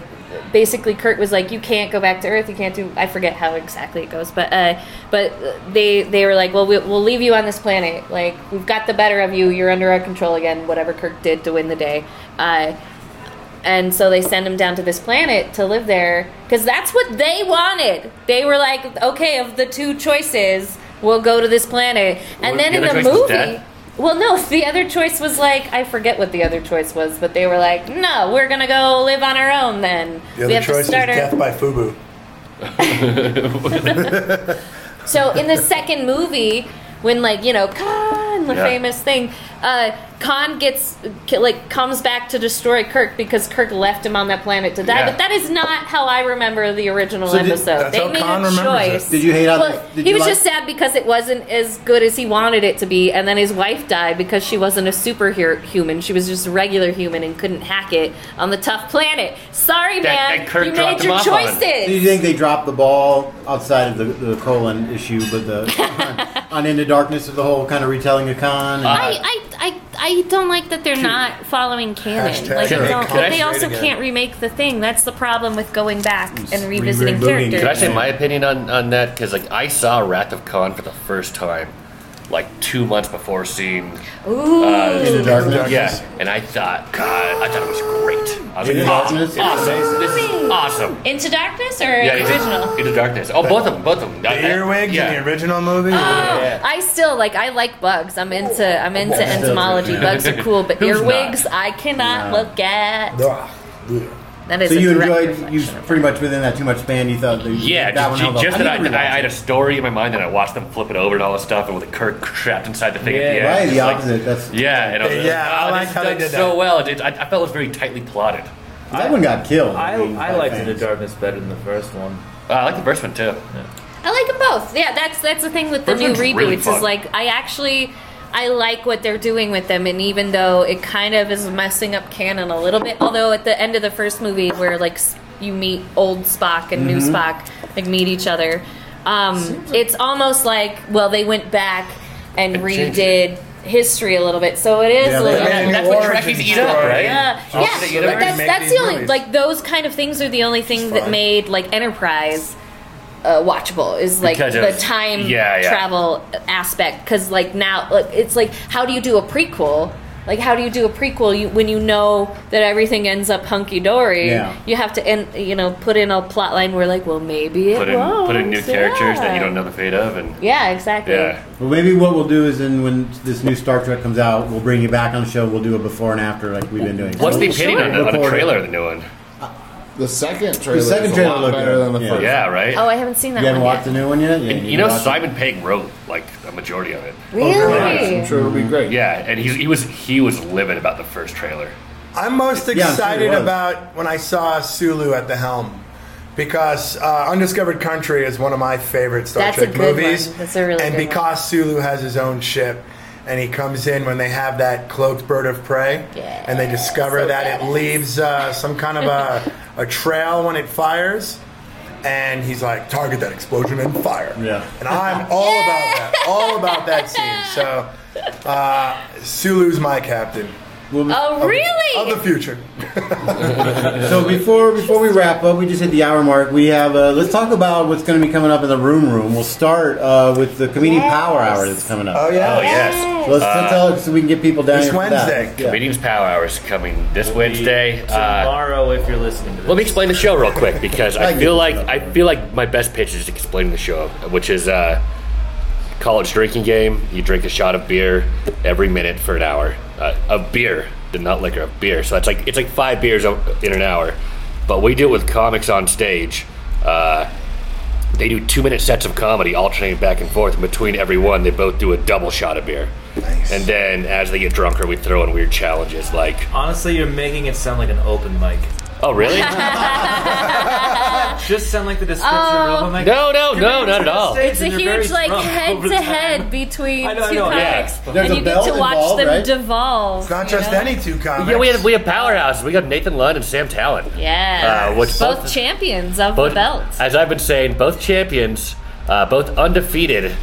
Speaker 10: basically Kurt was like, you can't go back to Earth, you can't do. I forget how exactly it goes, but uh, but they they were like, well, we, we'll leave you on this planet. Like we've got the better of you. You're under our control again. Whatever Kirk did to win the day. Uh, and so they send him down to this planet to live there because that's what they wanted. They were like, okay, of the two choices, we'll go to this planet. And
Speaker 5: What-
Speaker 10: then
Speaker 5: the
Speaker 10: in
Speaker 5: other
Speaker 10: the
Speaker 5: choice was death?
Speaker 10: movie, well, no, the other choice was like, I forget what the other choice was, but they were like, no, we're gonna go live on our own then.
Speaker 9: The other choice was Death by Fubu.
Speaker 10: So in the second movie, when like you know Khan, the
Speaker 9: Yeah.
Speaker 10: famous thing, uh, Khan gets like comes back to destroy Kirk because Kirk left him on that planet to die.
Speaker 7: Yeah.
Speaker 10: But that is not how I remember the original
Speaker 7: So did-
Speaker 10: episode.
Speaker 7: that's
Speaker 10: they
Speaker 7: how
Speaker 10: made
Speaker 7: Khan
Speaker 10: a
Speaker 7: remembers it.
Speaker 10: choice.
Speaker 7: Did you hate how
Speaker 10: Well,
Speaker 7: they- did
Speaker 10: he
Speaker 7: you
Speaker 10: was
Speaker 7: like-
Speaker 10: just sad because it wasn't as good as he wanted it to be, and then his wife died because she wasn't a superhero human. She was just a regular human and couldn't hack it on the tough planet. Sorry, man, you made your choices.
Speaker 7: Do you think they dropped the ball outside of the, the
Speaker 8: Uh,
Speaker 7: colon issue, but the on Into Darkness of the whole kind of retelling of Khan? and-
Speaker 10: I, I, I, I don't like that they're not following canon.
Speaker 8: Hashtag
Speaker 10: like, I
Speaker 8: Sure.
Speaker 10: don't-
Speaker 8: Can I-
Speaker 10: but they also
Speaker 8: again.
Speaker 10: can't remake the thing. That's the problem with going back and revisiting characters.
Speaker 7: Could I say my opinion on, on that? Because like I saw Wrath of Khan for the first time, like two months before seeing
Speaker 10: Ooh.
Speaker 8: In the Darkness?
Speaker 7: Yeah, and I thought, God, I thought it was great. I was
Speaker 8: In the
Speaker 7: like,
Speaker 8: Darkness?
Speaker 7: "Oh, Awesome. This is awesome.
Speaker 5: Into Darkness or
Speaker 7: it's
Speaker 5: original?
Speaker 7: Into Darkness. Oh, both of them. Both of them. The earwigs yeah. in the
Speaker 9: original movie.
Speaker 10: Oh, I still like I like bugs. I'm into I'm into
Speaker 7: Yeah.
Speaker 10: entomology. Bugs are cool, but
Speaker 8: Who's
Speaker 10: earwigs I cannot
Speaker 8: No.
Speaker 10: look at. That is
Speaker 8: So
Speaker 10: a
Speaker 8: you
Speaker 10: direct-
Speaker 8: enjoyed you pretty much within that two much span. You thought that
Speaker 7: Yeah,
Speaker 8: that
Speaker 7: just,
Speaker 8: held up.
Speaker 7: just
Speaker 8: I
Speaker 7: that I,
Speaker 8: need to
Speaker 7: I,
Speaker 8: rewatch
Speaker 7: had a story in my mind, and I watched them flip it over and all this stuff, and with Kirk trapped inside the thing at the end.
Speaker 8: right, the
Speaker 7: It's like-
Speaker 8: opposite. That's
Speaker 7: yeah, and I was
Speaker 9: Yeah, I
Speaker 7: oh,
Speaker 9: like
Speaker 7: this
Speaker 9: how they
Speaker 7: is
Speaker 9: did
Speaker 7: done so
Speaker 9: that.
Speaker 7: well. It, it- I, I felt it was very tightly plotted.
Speaker 8: that one got killed.
Speaker 7: I, I
Speaker 6: liked
Speaker 7: The Darkness better than the first one. Uh, I like the first one too.
Speaker 10: I like them both. Yeah, that's that's the thing with the
Speaker 7: First
Speaker 10: new
Speaker 7: one's
Speaker 10: reboots
Speaker 7: really fun.
Speaker 10: is like I actually I like what they're doing with them, and even though it kind of is messing up canon a little bit, although at the end of the first movie where like s- you meet old Spock and new
Speaker 7: Mm-hmm.
Speaker 5: Mhm.
Speaker 10: Spock like meet each other, um, it's almost like well they went back and,
Speaker 5: And changed
Speaker 10: redid. History a little bit, so it
Speaker 9: é
Speaker 10: is.
Speaker 5: Yeah,
Speaker 10: a
Speaker 5: they
Speaker 10: little
Speaker 5: made
Speaker 10: bit-
Speaker 5: a new
Speaker 10: that's what
Speaker 5: origin
Speaker 10: Trekkies eat up,
Speaker 5: story.
Speaker 10: right?
Speaker 5: Yeah.
Speaker 10: Yeah,
Speaker 5: Oh,
Speaker 10: yeah.
Speaker 5: they eat up.
Speaker 10: but That's,
Speaker 5: Make
Speaker 10: that's
Speaker 5: these
Speaker 10: the only
Speaker 5: movies.
Speaker 10: like those kind of things are the only things that made like Enterprise uh, watchable is like
Speaker 5: Because
Speaker 10: the
Speaker 5: of-
Speaker 10: time
Speaker 5: yeah, yeah.
Speaker 10: travel aspect because like now like, it's like how do you do a prequel like how do you do a prequel you, when you know that everything ends up hunky-dory
Speaker 7: Yeah.
Speaker 10: you have to end, you know put in a plot line where like well maybe it
Speaker 7: Put in
Speaker 10: won't.
Speaker 7: put in new characters that you
Speaker 10: yeah.
Speaker 7: don't know the fate of, and
Speaker 10: yeah exactly
Speaker 7: Yeah.
Speaker 8: Well, maybe what we'll do is, then when this new Star Trek comes out, we'll bring you back on the show. We'll do a before and after, like we've been doing.
Speaker 10: Oh,
Speaker 7: what's the opinion on, the- on the
Speaker 8: Report it.
Speaker 7: trailer of the new one?
Speaker 15: The second trailer.
Speaker 8: The second
Speaker 15: is
Speaker 8: trailer
Speaker 15: a lot
Speaker 8: looked
Speaker 15: better than
Speaker 8: good.
Speaker 15: the
Speaker 8: Yeah.
Speaker 15: first.
Speaker 7: Yeah, right.
Speaker 10: oh i haven't seen that
Speaker 8: You haven't
Speaker 10: one
Speaker 8: watched the new one yet? Yeah,
Speaker 7: And,
Speaker 8: you
Speaker 7: you know,
Speaker 8: watched it?
Speaker 7: Simon Pegg wrote like a majority of it.
Speaker 10: Really?
Speaker 9: Really? I'm sure it'll be
Speaker 7: great. Yeah, and he, he was he was livid about the first trailer.
Speaker 9: I'm most
Speaker 7: Yeah, I'm sure it
Speaker 9: excited
Speaker 7: was.
Speaker 9: about when I saw Sulu at the helm because uh, Undiscovered Country is one of my favorite Star
Speaker 10: That's a
Speaker 9: Trek
Speaker 10: good
Speaker 9: movies.
Speaker 10: one. That's a really
Speaker 9: and
Speaker 10: good one.
Speaker 9: because Sulu has his own ship and he comes in when they have that cloaked bird of prey and they discover that it leaves uh, some kind of a, a trail when it fires. And he's like, target that explosion and fire. Yeah. And I'm all about that. All about that scene. So, uh, Sulu's my captain.
Speaker 10: Oh, really?
Speaker 9: Of the future.
Speaker 8: so before before we wrap up, we just hit the hour mark. We have uh, let's talk about what's going to be coming up in the room room. We'll start uh, with the comedian power hour that's coming up.
Speaker 9: Oh yeah.
Speaker 7: Oh, yes.
Speaker 8: So let's
Speaker 7: Uh,
Speaker 8: tell it so we can get people down here for that. Yeah.
Speaker 7: Comedians Power Hour is coming this Wednesday. Uh,
Speaker 6: Tomorrow, if you're listening to this.
Speaker 7: let me explain the show real quick because
Speaker 6: I
Speaker 7: I
Speaker 6: get
Speaker 7: feel
Speaker 6: it.
Speaker 7: like I feel like my best pitch is explaining the show, which is uh, college drinking game. You drink a shot of beer every minute for an hour. Uh, of beer, did not liquor, of beer. So it's like it's like five beers o- in an hour. But we do it with comics on stage. Uh, they do two minute sets of comedy, alternating back and forth. And between every one, they both do a double shot of beer. And then as they get drunker, we throw in weird challenges like
Speaker 6: Honestly, you're making it sound like an open mic.
Speaker 7: Oh, really?
Speaker 6: Just sound like the description
Speaker 10: Oh.
Speaker 6: of an open mic.
Speaker 7: No, no,
Speaker 6: You're
Speaker 7: no,
Speaker 6: making
Speaker 7: not at
Speaker 6: it
Speaker 7: all.
Speaker 6: sound
Speaker 10: It's a
Speaker 6: and you're very
Speaker 10: huge like
Speaker 6: drunk
Speaker 10: head
Speaker 6: over
Speaker 10: to
Speaker 6: time.
Speaker 10: head between
Speaker 6: I know, I
Speaker 10: two
Speaker 6: know.
Speaker 10: comics,
Speaker 7: Yeah.
Speaker 10: and
Speaker 7: There's a
Speaker 10: you get to
Speaker 7: bell
Speaker 10: watch
Speaker 7: involved,
Speaker 10: them
Speaker 7: right?
Speaker 10: devolve.
Speaker 9: It's not
Speaker 10: you
Speaker 9: just
Speaker 10: know?
Speaker 9: any two comics.
Speaker 7: Yeah, we have we have powerhouses. We got Nathan Lund and Sam Talent.
Speaker 10: Yeah,
Speaker 7: Uh, which
Speaker 10: both
Speaker 7: Uh,
Speaker 10: champions of
Speaker 7: both-
Speaker 10: the belts.
Speaker 7: As I've been saying, both champions, uh, both undefeated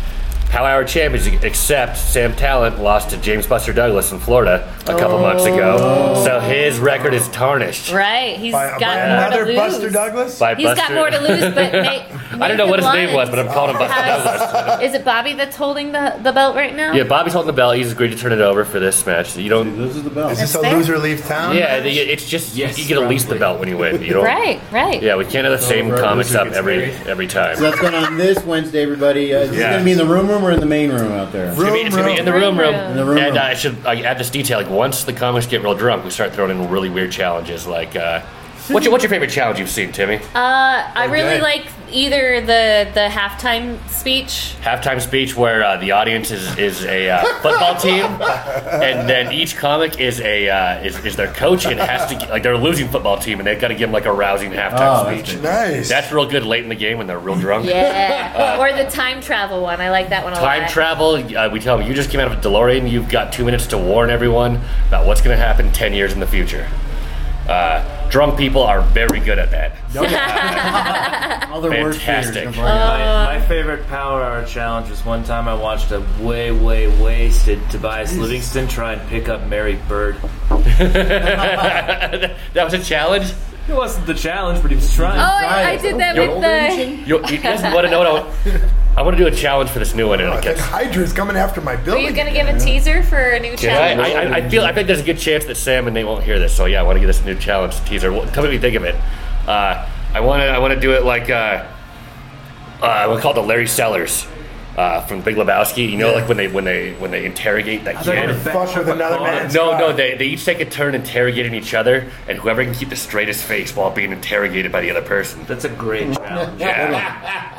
Speaker 7: Power Hour champions, except Sam Talent lost to James Buster Douglas in Florida a couple months ago. So his record is tarnished.
Speaker 10: Oh. Right, he's
Speaker 7: By-
Speaker 10: got
Speaker 7: by
Speaker 10: more
Speaker 7: another
Speaker 10: to lose.
Speaker 7: Buster
Speaker 9: Douglas.
Speaker 7: By
Speaker 10: He's got
Speaker 7: Buster-
Speaker 10: more to lose, but Nate,
Speaker 7: I don't know what his
Speaker 10: Nathan
Speaker 7: name was, but I'm calling him Buster Douglas.
Speaker 10: Lund- is it Bobby that's holding the the belt right now?
Speaker 7: Yeah, Bobby's holding the belt. He's agreed to turn it over for this match. You don't. This
Speaker 8: is the belt.
Speaker 9: Is this a loser leave town?
Speaker 7: Yeah, the, it's just you get to lease the belt when you win. You don't.
Speaker 10: Oh, right, right.
Speaker 7: Yeah, we can't have the same
Speaker 8: right,
Speaker 7: comics
Speaker 8: loser
Speaker 7: up
Speaker 8: gets
Speaker 7: every
Speaker 8: married.
Speaker 7: every time.
Speaker 8: So that's going on this Wednesday, everybody. Uh, is this
Speaker 7: Yeah.
Speaker 8: going to be in the room room or in the main room out there?
Speaker 7: It's gonna be- it's gonna be in the room room.
Speaker 8: In the room
Speaker 7: and
Speaker 8: room.
Speaker 7: uh, I should I add this detail. Like once the comics get real drunk, we start throwing in really weird challenges. Like, uh, what's your what's your favorite challenge you've seen, Timmy?
Speaker 10: Uh, I really
Speaker 7: Okay.
Speaker 10: like either the the halftime speech.
Speaker 7: Halftime speech where uh, the audience is is a uh, football team, and then each comic is a uh, is, is their coach and has to like they're a losing football team and they've got to give them like a rousing halftime
Speaker 8: Oh, that's
Speaker 7: speech.
Speaker 8: good.
Speaker 9: Nice.
Speaker 7: That's real good late in the game when they're real drunk.
Speaker 10: Yeah,
Speaker 7: Uh,
Speaker 10: or the time travel one. I like that one a
Speaker 7: Time
Speaker 10: lot.
Speaker 7: travel, uh, we tell them you just came out of a DeLorean, you've got two minutes to warn everyone about what's going to happen 10 years in the future. Uh, Drunk people are very good at that.
Speaker 8: Other
Speaker 7: words, Fantastic.
Speaker 6: My,
Speaker 8: Oh,
Speaker 6: my favorite Power Hour challenge was one time I watched a way, way wasted Tobias Livingston try and pick up Mary Bird. that
Speaker 7: was a challenge?
Speaker 6: It wasn't the challenge, but he was trying.
Speaker 5: Oh, I, I did that with the.
Speaker 7: Yo, you guys want to know what I want? I want to do a challenge for this new one. I guess.
Speaker 9: Hydra's coming after my
Speaker 5: Were
Speaker 9: building.
Speaker 5: you gonna give a teaser for a new
Speaker 7: Yeah,
Speaker 5: challenge?
Speaker 7: I, I, I feel I think there's a good chance that Sam and they won't hear this. So yeah, I want to give this a new challenge teaser. Well, tell me what you think of it. Uh, I want to I want to do it like uh, uh, we call it the Larry Sellers uh, from Big Lebowski. You know, like when they when they when they interrogate that
Speaker 9: they're
Speaker 7: kid.
Speaker 9: gonna fuck with another man's
Speaker 7: No, no, they, they each take a turn interrogating each other, and whoever can keep the straightest face while being interrogated by the other person.
Speaker 6: That's a great challenge.
Speaker 7: yeah.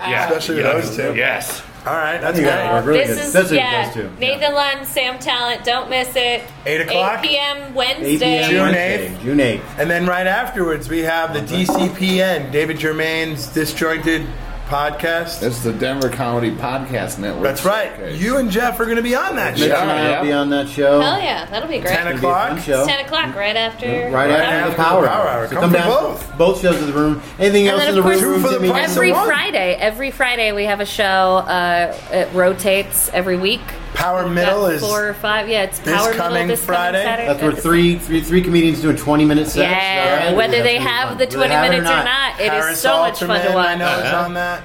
Speaker 7: yeah,
Speaker 9: Especially
Speaker 7: yeah.
Speaker 9: those two.
Speaker 7: Yes.
Speaker 9: All right, that's
Speaker 7: Yeah.
Speaker 9: good.
Speaker 7: Really
Speaker 5: this
Speaker 7: good.
Speaker 5: is
Speaker 7: That's what you
Speaker 5: yeah.
Speaker 7: guys do.
Speaker 5: Nathan Lund, Sam Talent. Don't miss it.
Speaker 9: 8 o'clock?
Speaker 5: 8 p.m.
Speaker 9: 8
Speaker 5: Wednesday.
Speaker 9: p.m. June 8th.
Speaker 8: June 8th.
Speaker 9: And then right afterwards, we have the DCPN, David Germain's Disjointed podcast.
Speaker 16: It's the Denver Comedy Podcast Network.
Speaker 9: That's right. You and Jeff are going to be on that show.
Speaker 8: Mitch and I will be on that show.
Speaker 5: Hell yeah, that'll be great.
Speaker 9: 10 o'clock?
Speaker 8: It's gonna
Speaker 5: It's
Speaker 8: be a
Speaker 5: 10 o'clock, right after.
Speaker 8: Right after the power hour. So come
Speaker 9: Come for
Speaker 8: down both. both shows to the room. Anything
Speaker 5: And
Speaker 8: else
Speaker 5: then,
Speaker 8: in
Speaker 5: of
Speaker 8: the
Speaker 5: course,
Speaker 8: room? Timmy?
Speaker 5: every Friday, every Friday we have a show. Uh, it rotates every week.
Speaker 9: Power
Speaker 8: Middle is
Speaker 5: four or five. Yeah, it's
Speaker 8: this
Speaker 5: Power
Speaker 8: coming
Speaker 5: Middle this
Speaker 8: Friday?
Speaker 5: coming Saturday.
Speaker 8: That's where three, three, three comedians doing 20 minute sets.
Speaker 5: Yeah,
Speaker 8: Alright.
Speaker 5: whether
Speaker 8: That's gonna
Speaker 5: they
Speaker 8: be
Speaker 5: have
Speaker 8: fun.
Speaker 5: the
Speaker 8: Whether
Speaker 5: 20
Speaker 8: they have
Speaker 5: minutes or not, it is so much fun to watch.
Speaker 9: I know is on that.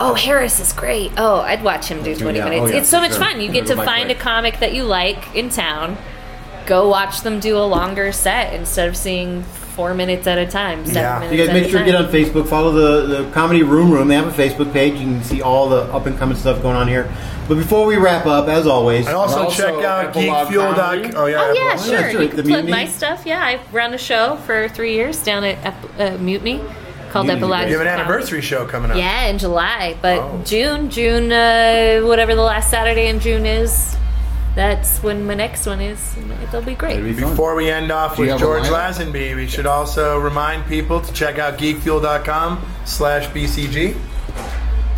Speaker 5: Oh, Harris is great. Oh, I'd watch him do 20
Speaker 9: yeah.
Speaker 5: minutes.
Speaker 9: Oh, yeah,
Speaker 5: it's so
Speaker 9: for
Speaker 5: much
Speaker 9: sure.
Speaker 5: fun. You
Speaker 9: He's
Speaker 5: get
Speaker 9: gonna
Speaker 5: to
Speaker 9: do Mike
Speaker 5: find a
Speaker 9: White.
Speaker 5: comic that you like in town, go watch them do a longer set instead of seeing four minutes at a time, seven
Speaker 8: You
Speaker 5: minutes
Speaker 8: guys
Speaker 5: at
Speaker 8: make
Speaker 5: a
Speaker 8: sure to
Speaker 5: time.
Speaker 8: get on Facebook. Follow the, the Comedy Room Room. They have a Facebook page. You can see all the up and coming stuff going on here. But before we wrap up, as always,
Speaker 9: And also, check out geekfuel.com. Oh, yeah.
Speaker 5: Oh yeah,
Speaker 9: Epilogue.
Speaker 5: sure. You can
Speaker 8: The
Speaker 5: plug
Speaker 8: Mutiny?
Speaker 5: my stuff. Yeah, I ran a show for three years down at Ep- uh, Mutiny called Epilogue.
Speaker 9: You have an
Speaker 5: Comedy.
Speaker 9: anniversary Oh. show coming up.
Speaker 5: Yeah, in July, but June, June, uh, whatever the last Saturday in June is, that's when my next one is. and It'll be great.
Speaker 9: Before we end off
Speaker 16: Do you
Speaker 9: with
Speaker 16: have a
Speaker 9: George
Speaker 16: lineup?
Speaker 9: Lazenby, we should also remind people to check out geekfuel.com slash BCG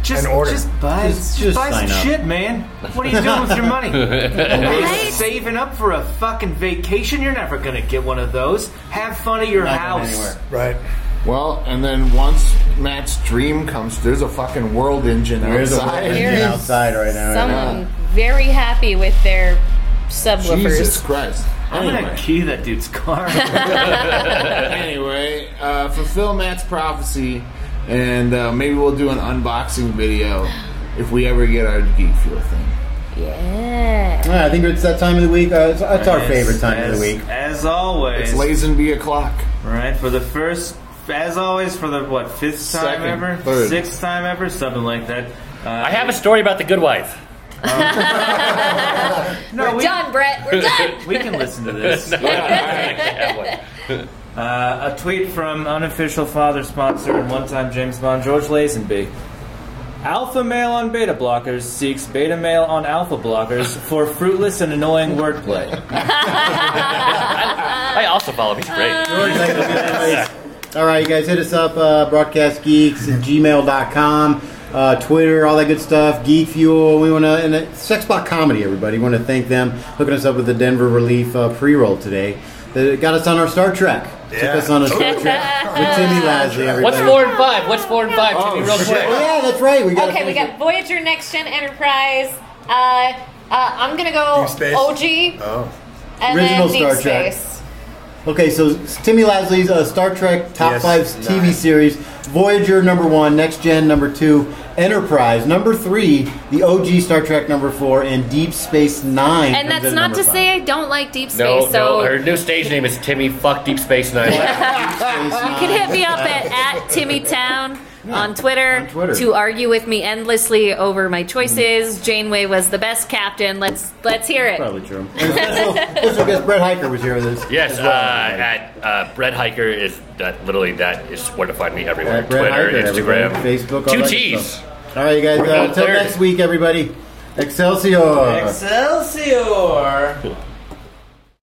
Speaker 6: Just-
Speaker 9: and order.
Speaker 6: just buy- Just- just just buy some sign up. shit, man. What are you doing with your money? You're saving up for a fucking vacation. You're never gonna get one of those. Have fun at your house.
Speaker 9: Right.
Speaker 16: Well, and then once Matt's dream comes, there's a fucking world engine
Speaker 8: There is a world
Speaker 16: outside.
Speaker 8: engine There is. outside right now.
Speaker 5: Someone very happy with their subwoofers.
Speaker 16: Jesus Christ.
Speaker 6: I'm gonna key that dude's car.
Speaker 16: anyway, uh, fulfill Matt's prophecy, and uh, maybe we'll do an unboxing video if we ever get our Geek Fuel thing.
Speaker 5: Yeah.
Speaker 8: All right, I think it's that time of the week. Uh, it's it's our favorite time of the week.
Speaker 6: As always,
Speaker 16: It's Lazenby o'clock.
Speaker 6: Right for the first, as always, for the what fifth time
Speaker 7: Second,
Speaker 6: ever,
Speaker 7: third.
Speaker 6: sixth time ever, something like that. Uh,
Speaker 7: I have a story about the good wife.
Speaker 5: We're done, Brett. We're done.
Speaker 6: we can listen to this. Uh, a tweet from unofficial father sponsor and one-time James Bond, George Lazenby. Alpha male on beta blockers seeks beta male on alpha blockers for fruitless and annoying wordplay.
Speaker 7: I also follow me. Great.
Speaker 8: All right, you guys hit us up, uh, broadcastgeeks at gmail.com, uh, Twitter, all that good stuff, Geek Fuel. We want to, and uh, Sexbot Comedy, everybody. want to thank them hooking us up with the Denver Relief uh, pre roll today. That got us on our Star Trek. Took us on a Star Trek with Timmy Lasley, everybody.
Speaker 7: What's four and five? What's four and five? Timmy, real quick.
Speaker 8: Oh, yeah, that's right. We got
Speaker 5: okay, we got Voyager, Next Gen, Enterprise. Uh, uh, I'm gonna go
Speaker 8: Deep Space?
Speaker 5: OG
Speaker 8: Oh.
Speaker 5: and
Speaker 8: Original
Speaker 5: then Deep
Speaker 8: Star Trek.
Speaker 5: Space.
Speaker 8: Okay, so Timmy Lasley's uh, Star Trek top
Speaker 9: Yes,
Speaker 8: five TV series: Voyager number one, Next Gen number two, Enterprise number three, the OG Star Trek number four, and Deep Space Nine.
Speaker 5: And
Speaker 8: comes in
Speaker 5: that's
Speaker 8: at
Speaker 5: not
Speaker 8: number
Speaker 5: to
Speaker 8: five.
Speaker 5: say I don't like Deep Space.
Speaker 7: No,
Speaker 5: so
Speaker 7: no. Her new stage name is Timmy Fuck Deep Space Nine.
Speaker 5: you can hit me up at, at Timmy Town on Twitter,
Speaker 7: Twitter.
Speaker 5: to argue with me endlessly over my choices. Janeway was the best captain. Let's let's hear it.
Speaker 8: Probably true. Also, I guess Brett Hiker was here with us.
Speaker 7: Yes,
Speaker 8: as
Speaker 7: uh,
Speaker 8: well.
Speaker 7: at uh, Brett Hiker is that literally that is where to find me everywhere.
Speaker 8: At Brett
Speaker 7: Twitter,
Speaker 8: Hiker,
Speaker 7: Instagram,
Speaker 8: everybody. Facebook, all
Speaker 7: two
Speaker 8: that good
Speaker 7: T's.
Speaker 8: stuff. All right, you guys.
Speaker 7: We're
Speaker 8: Uh,
Speaker 7: out
Speaker 8: until
Speaker 7: there.
Speaker 8: next week, everybody. Excelsior.
Speaker 6: Excelsior!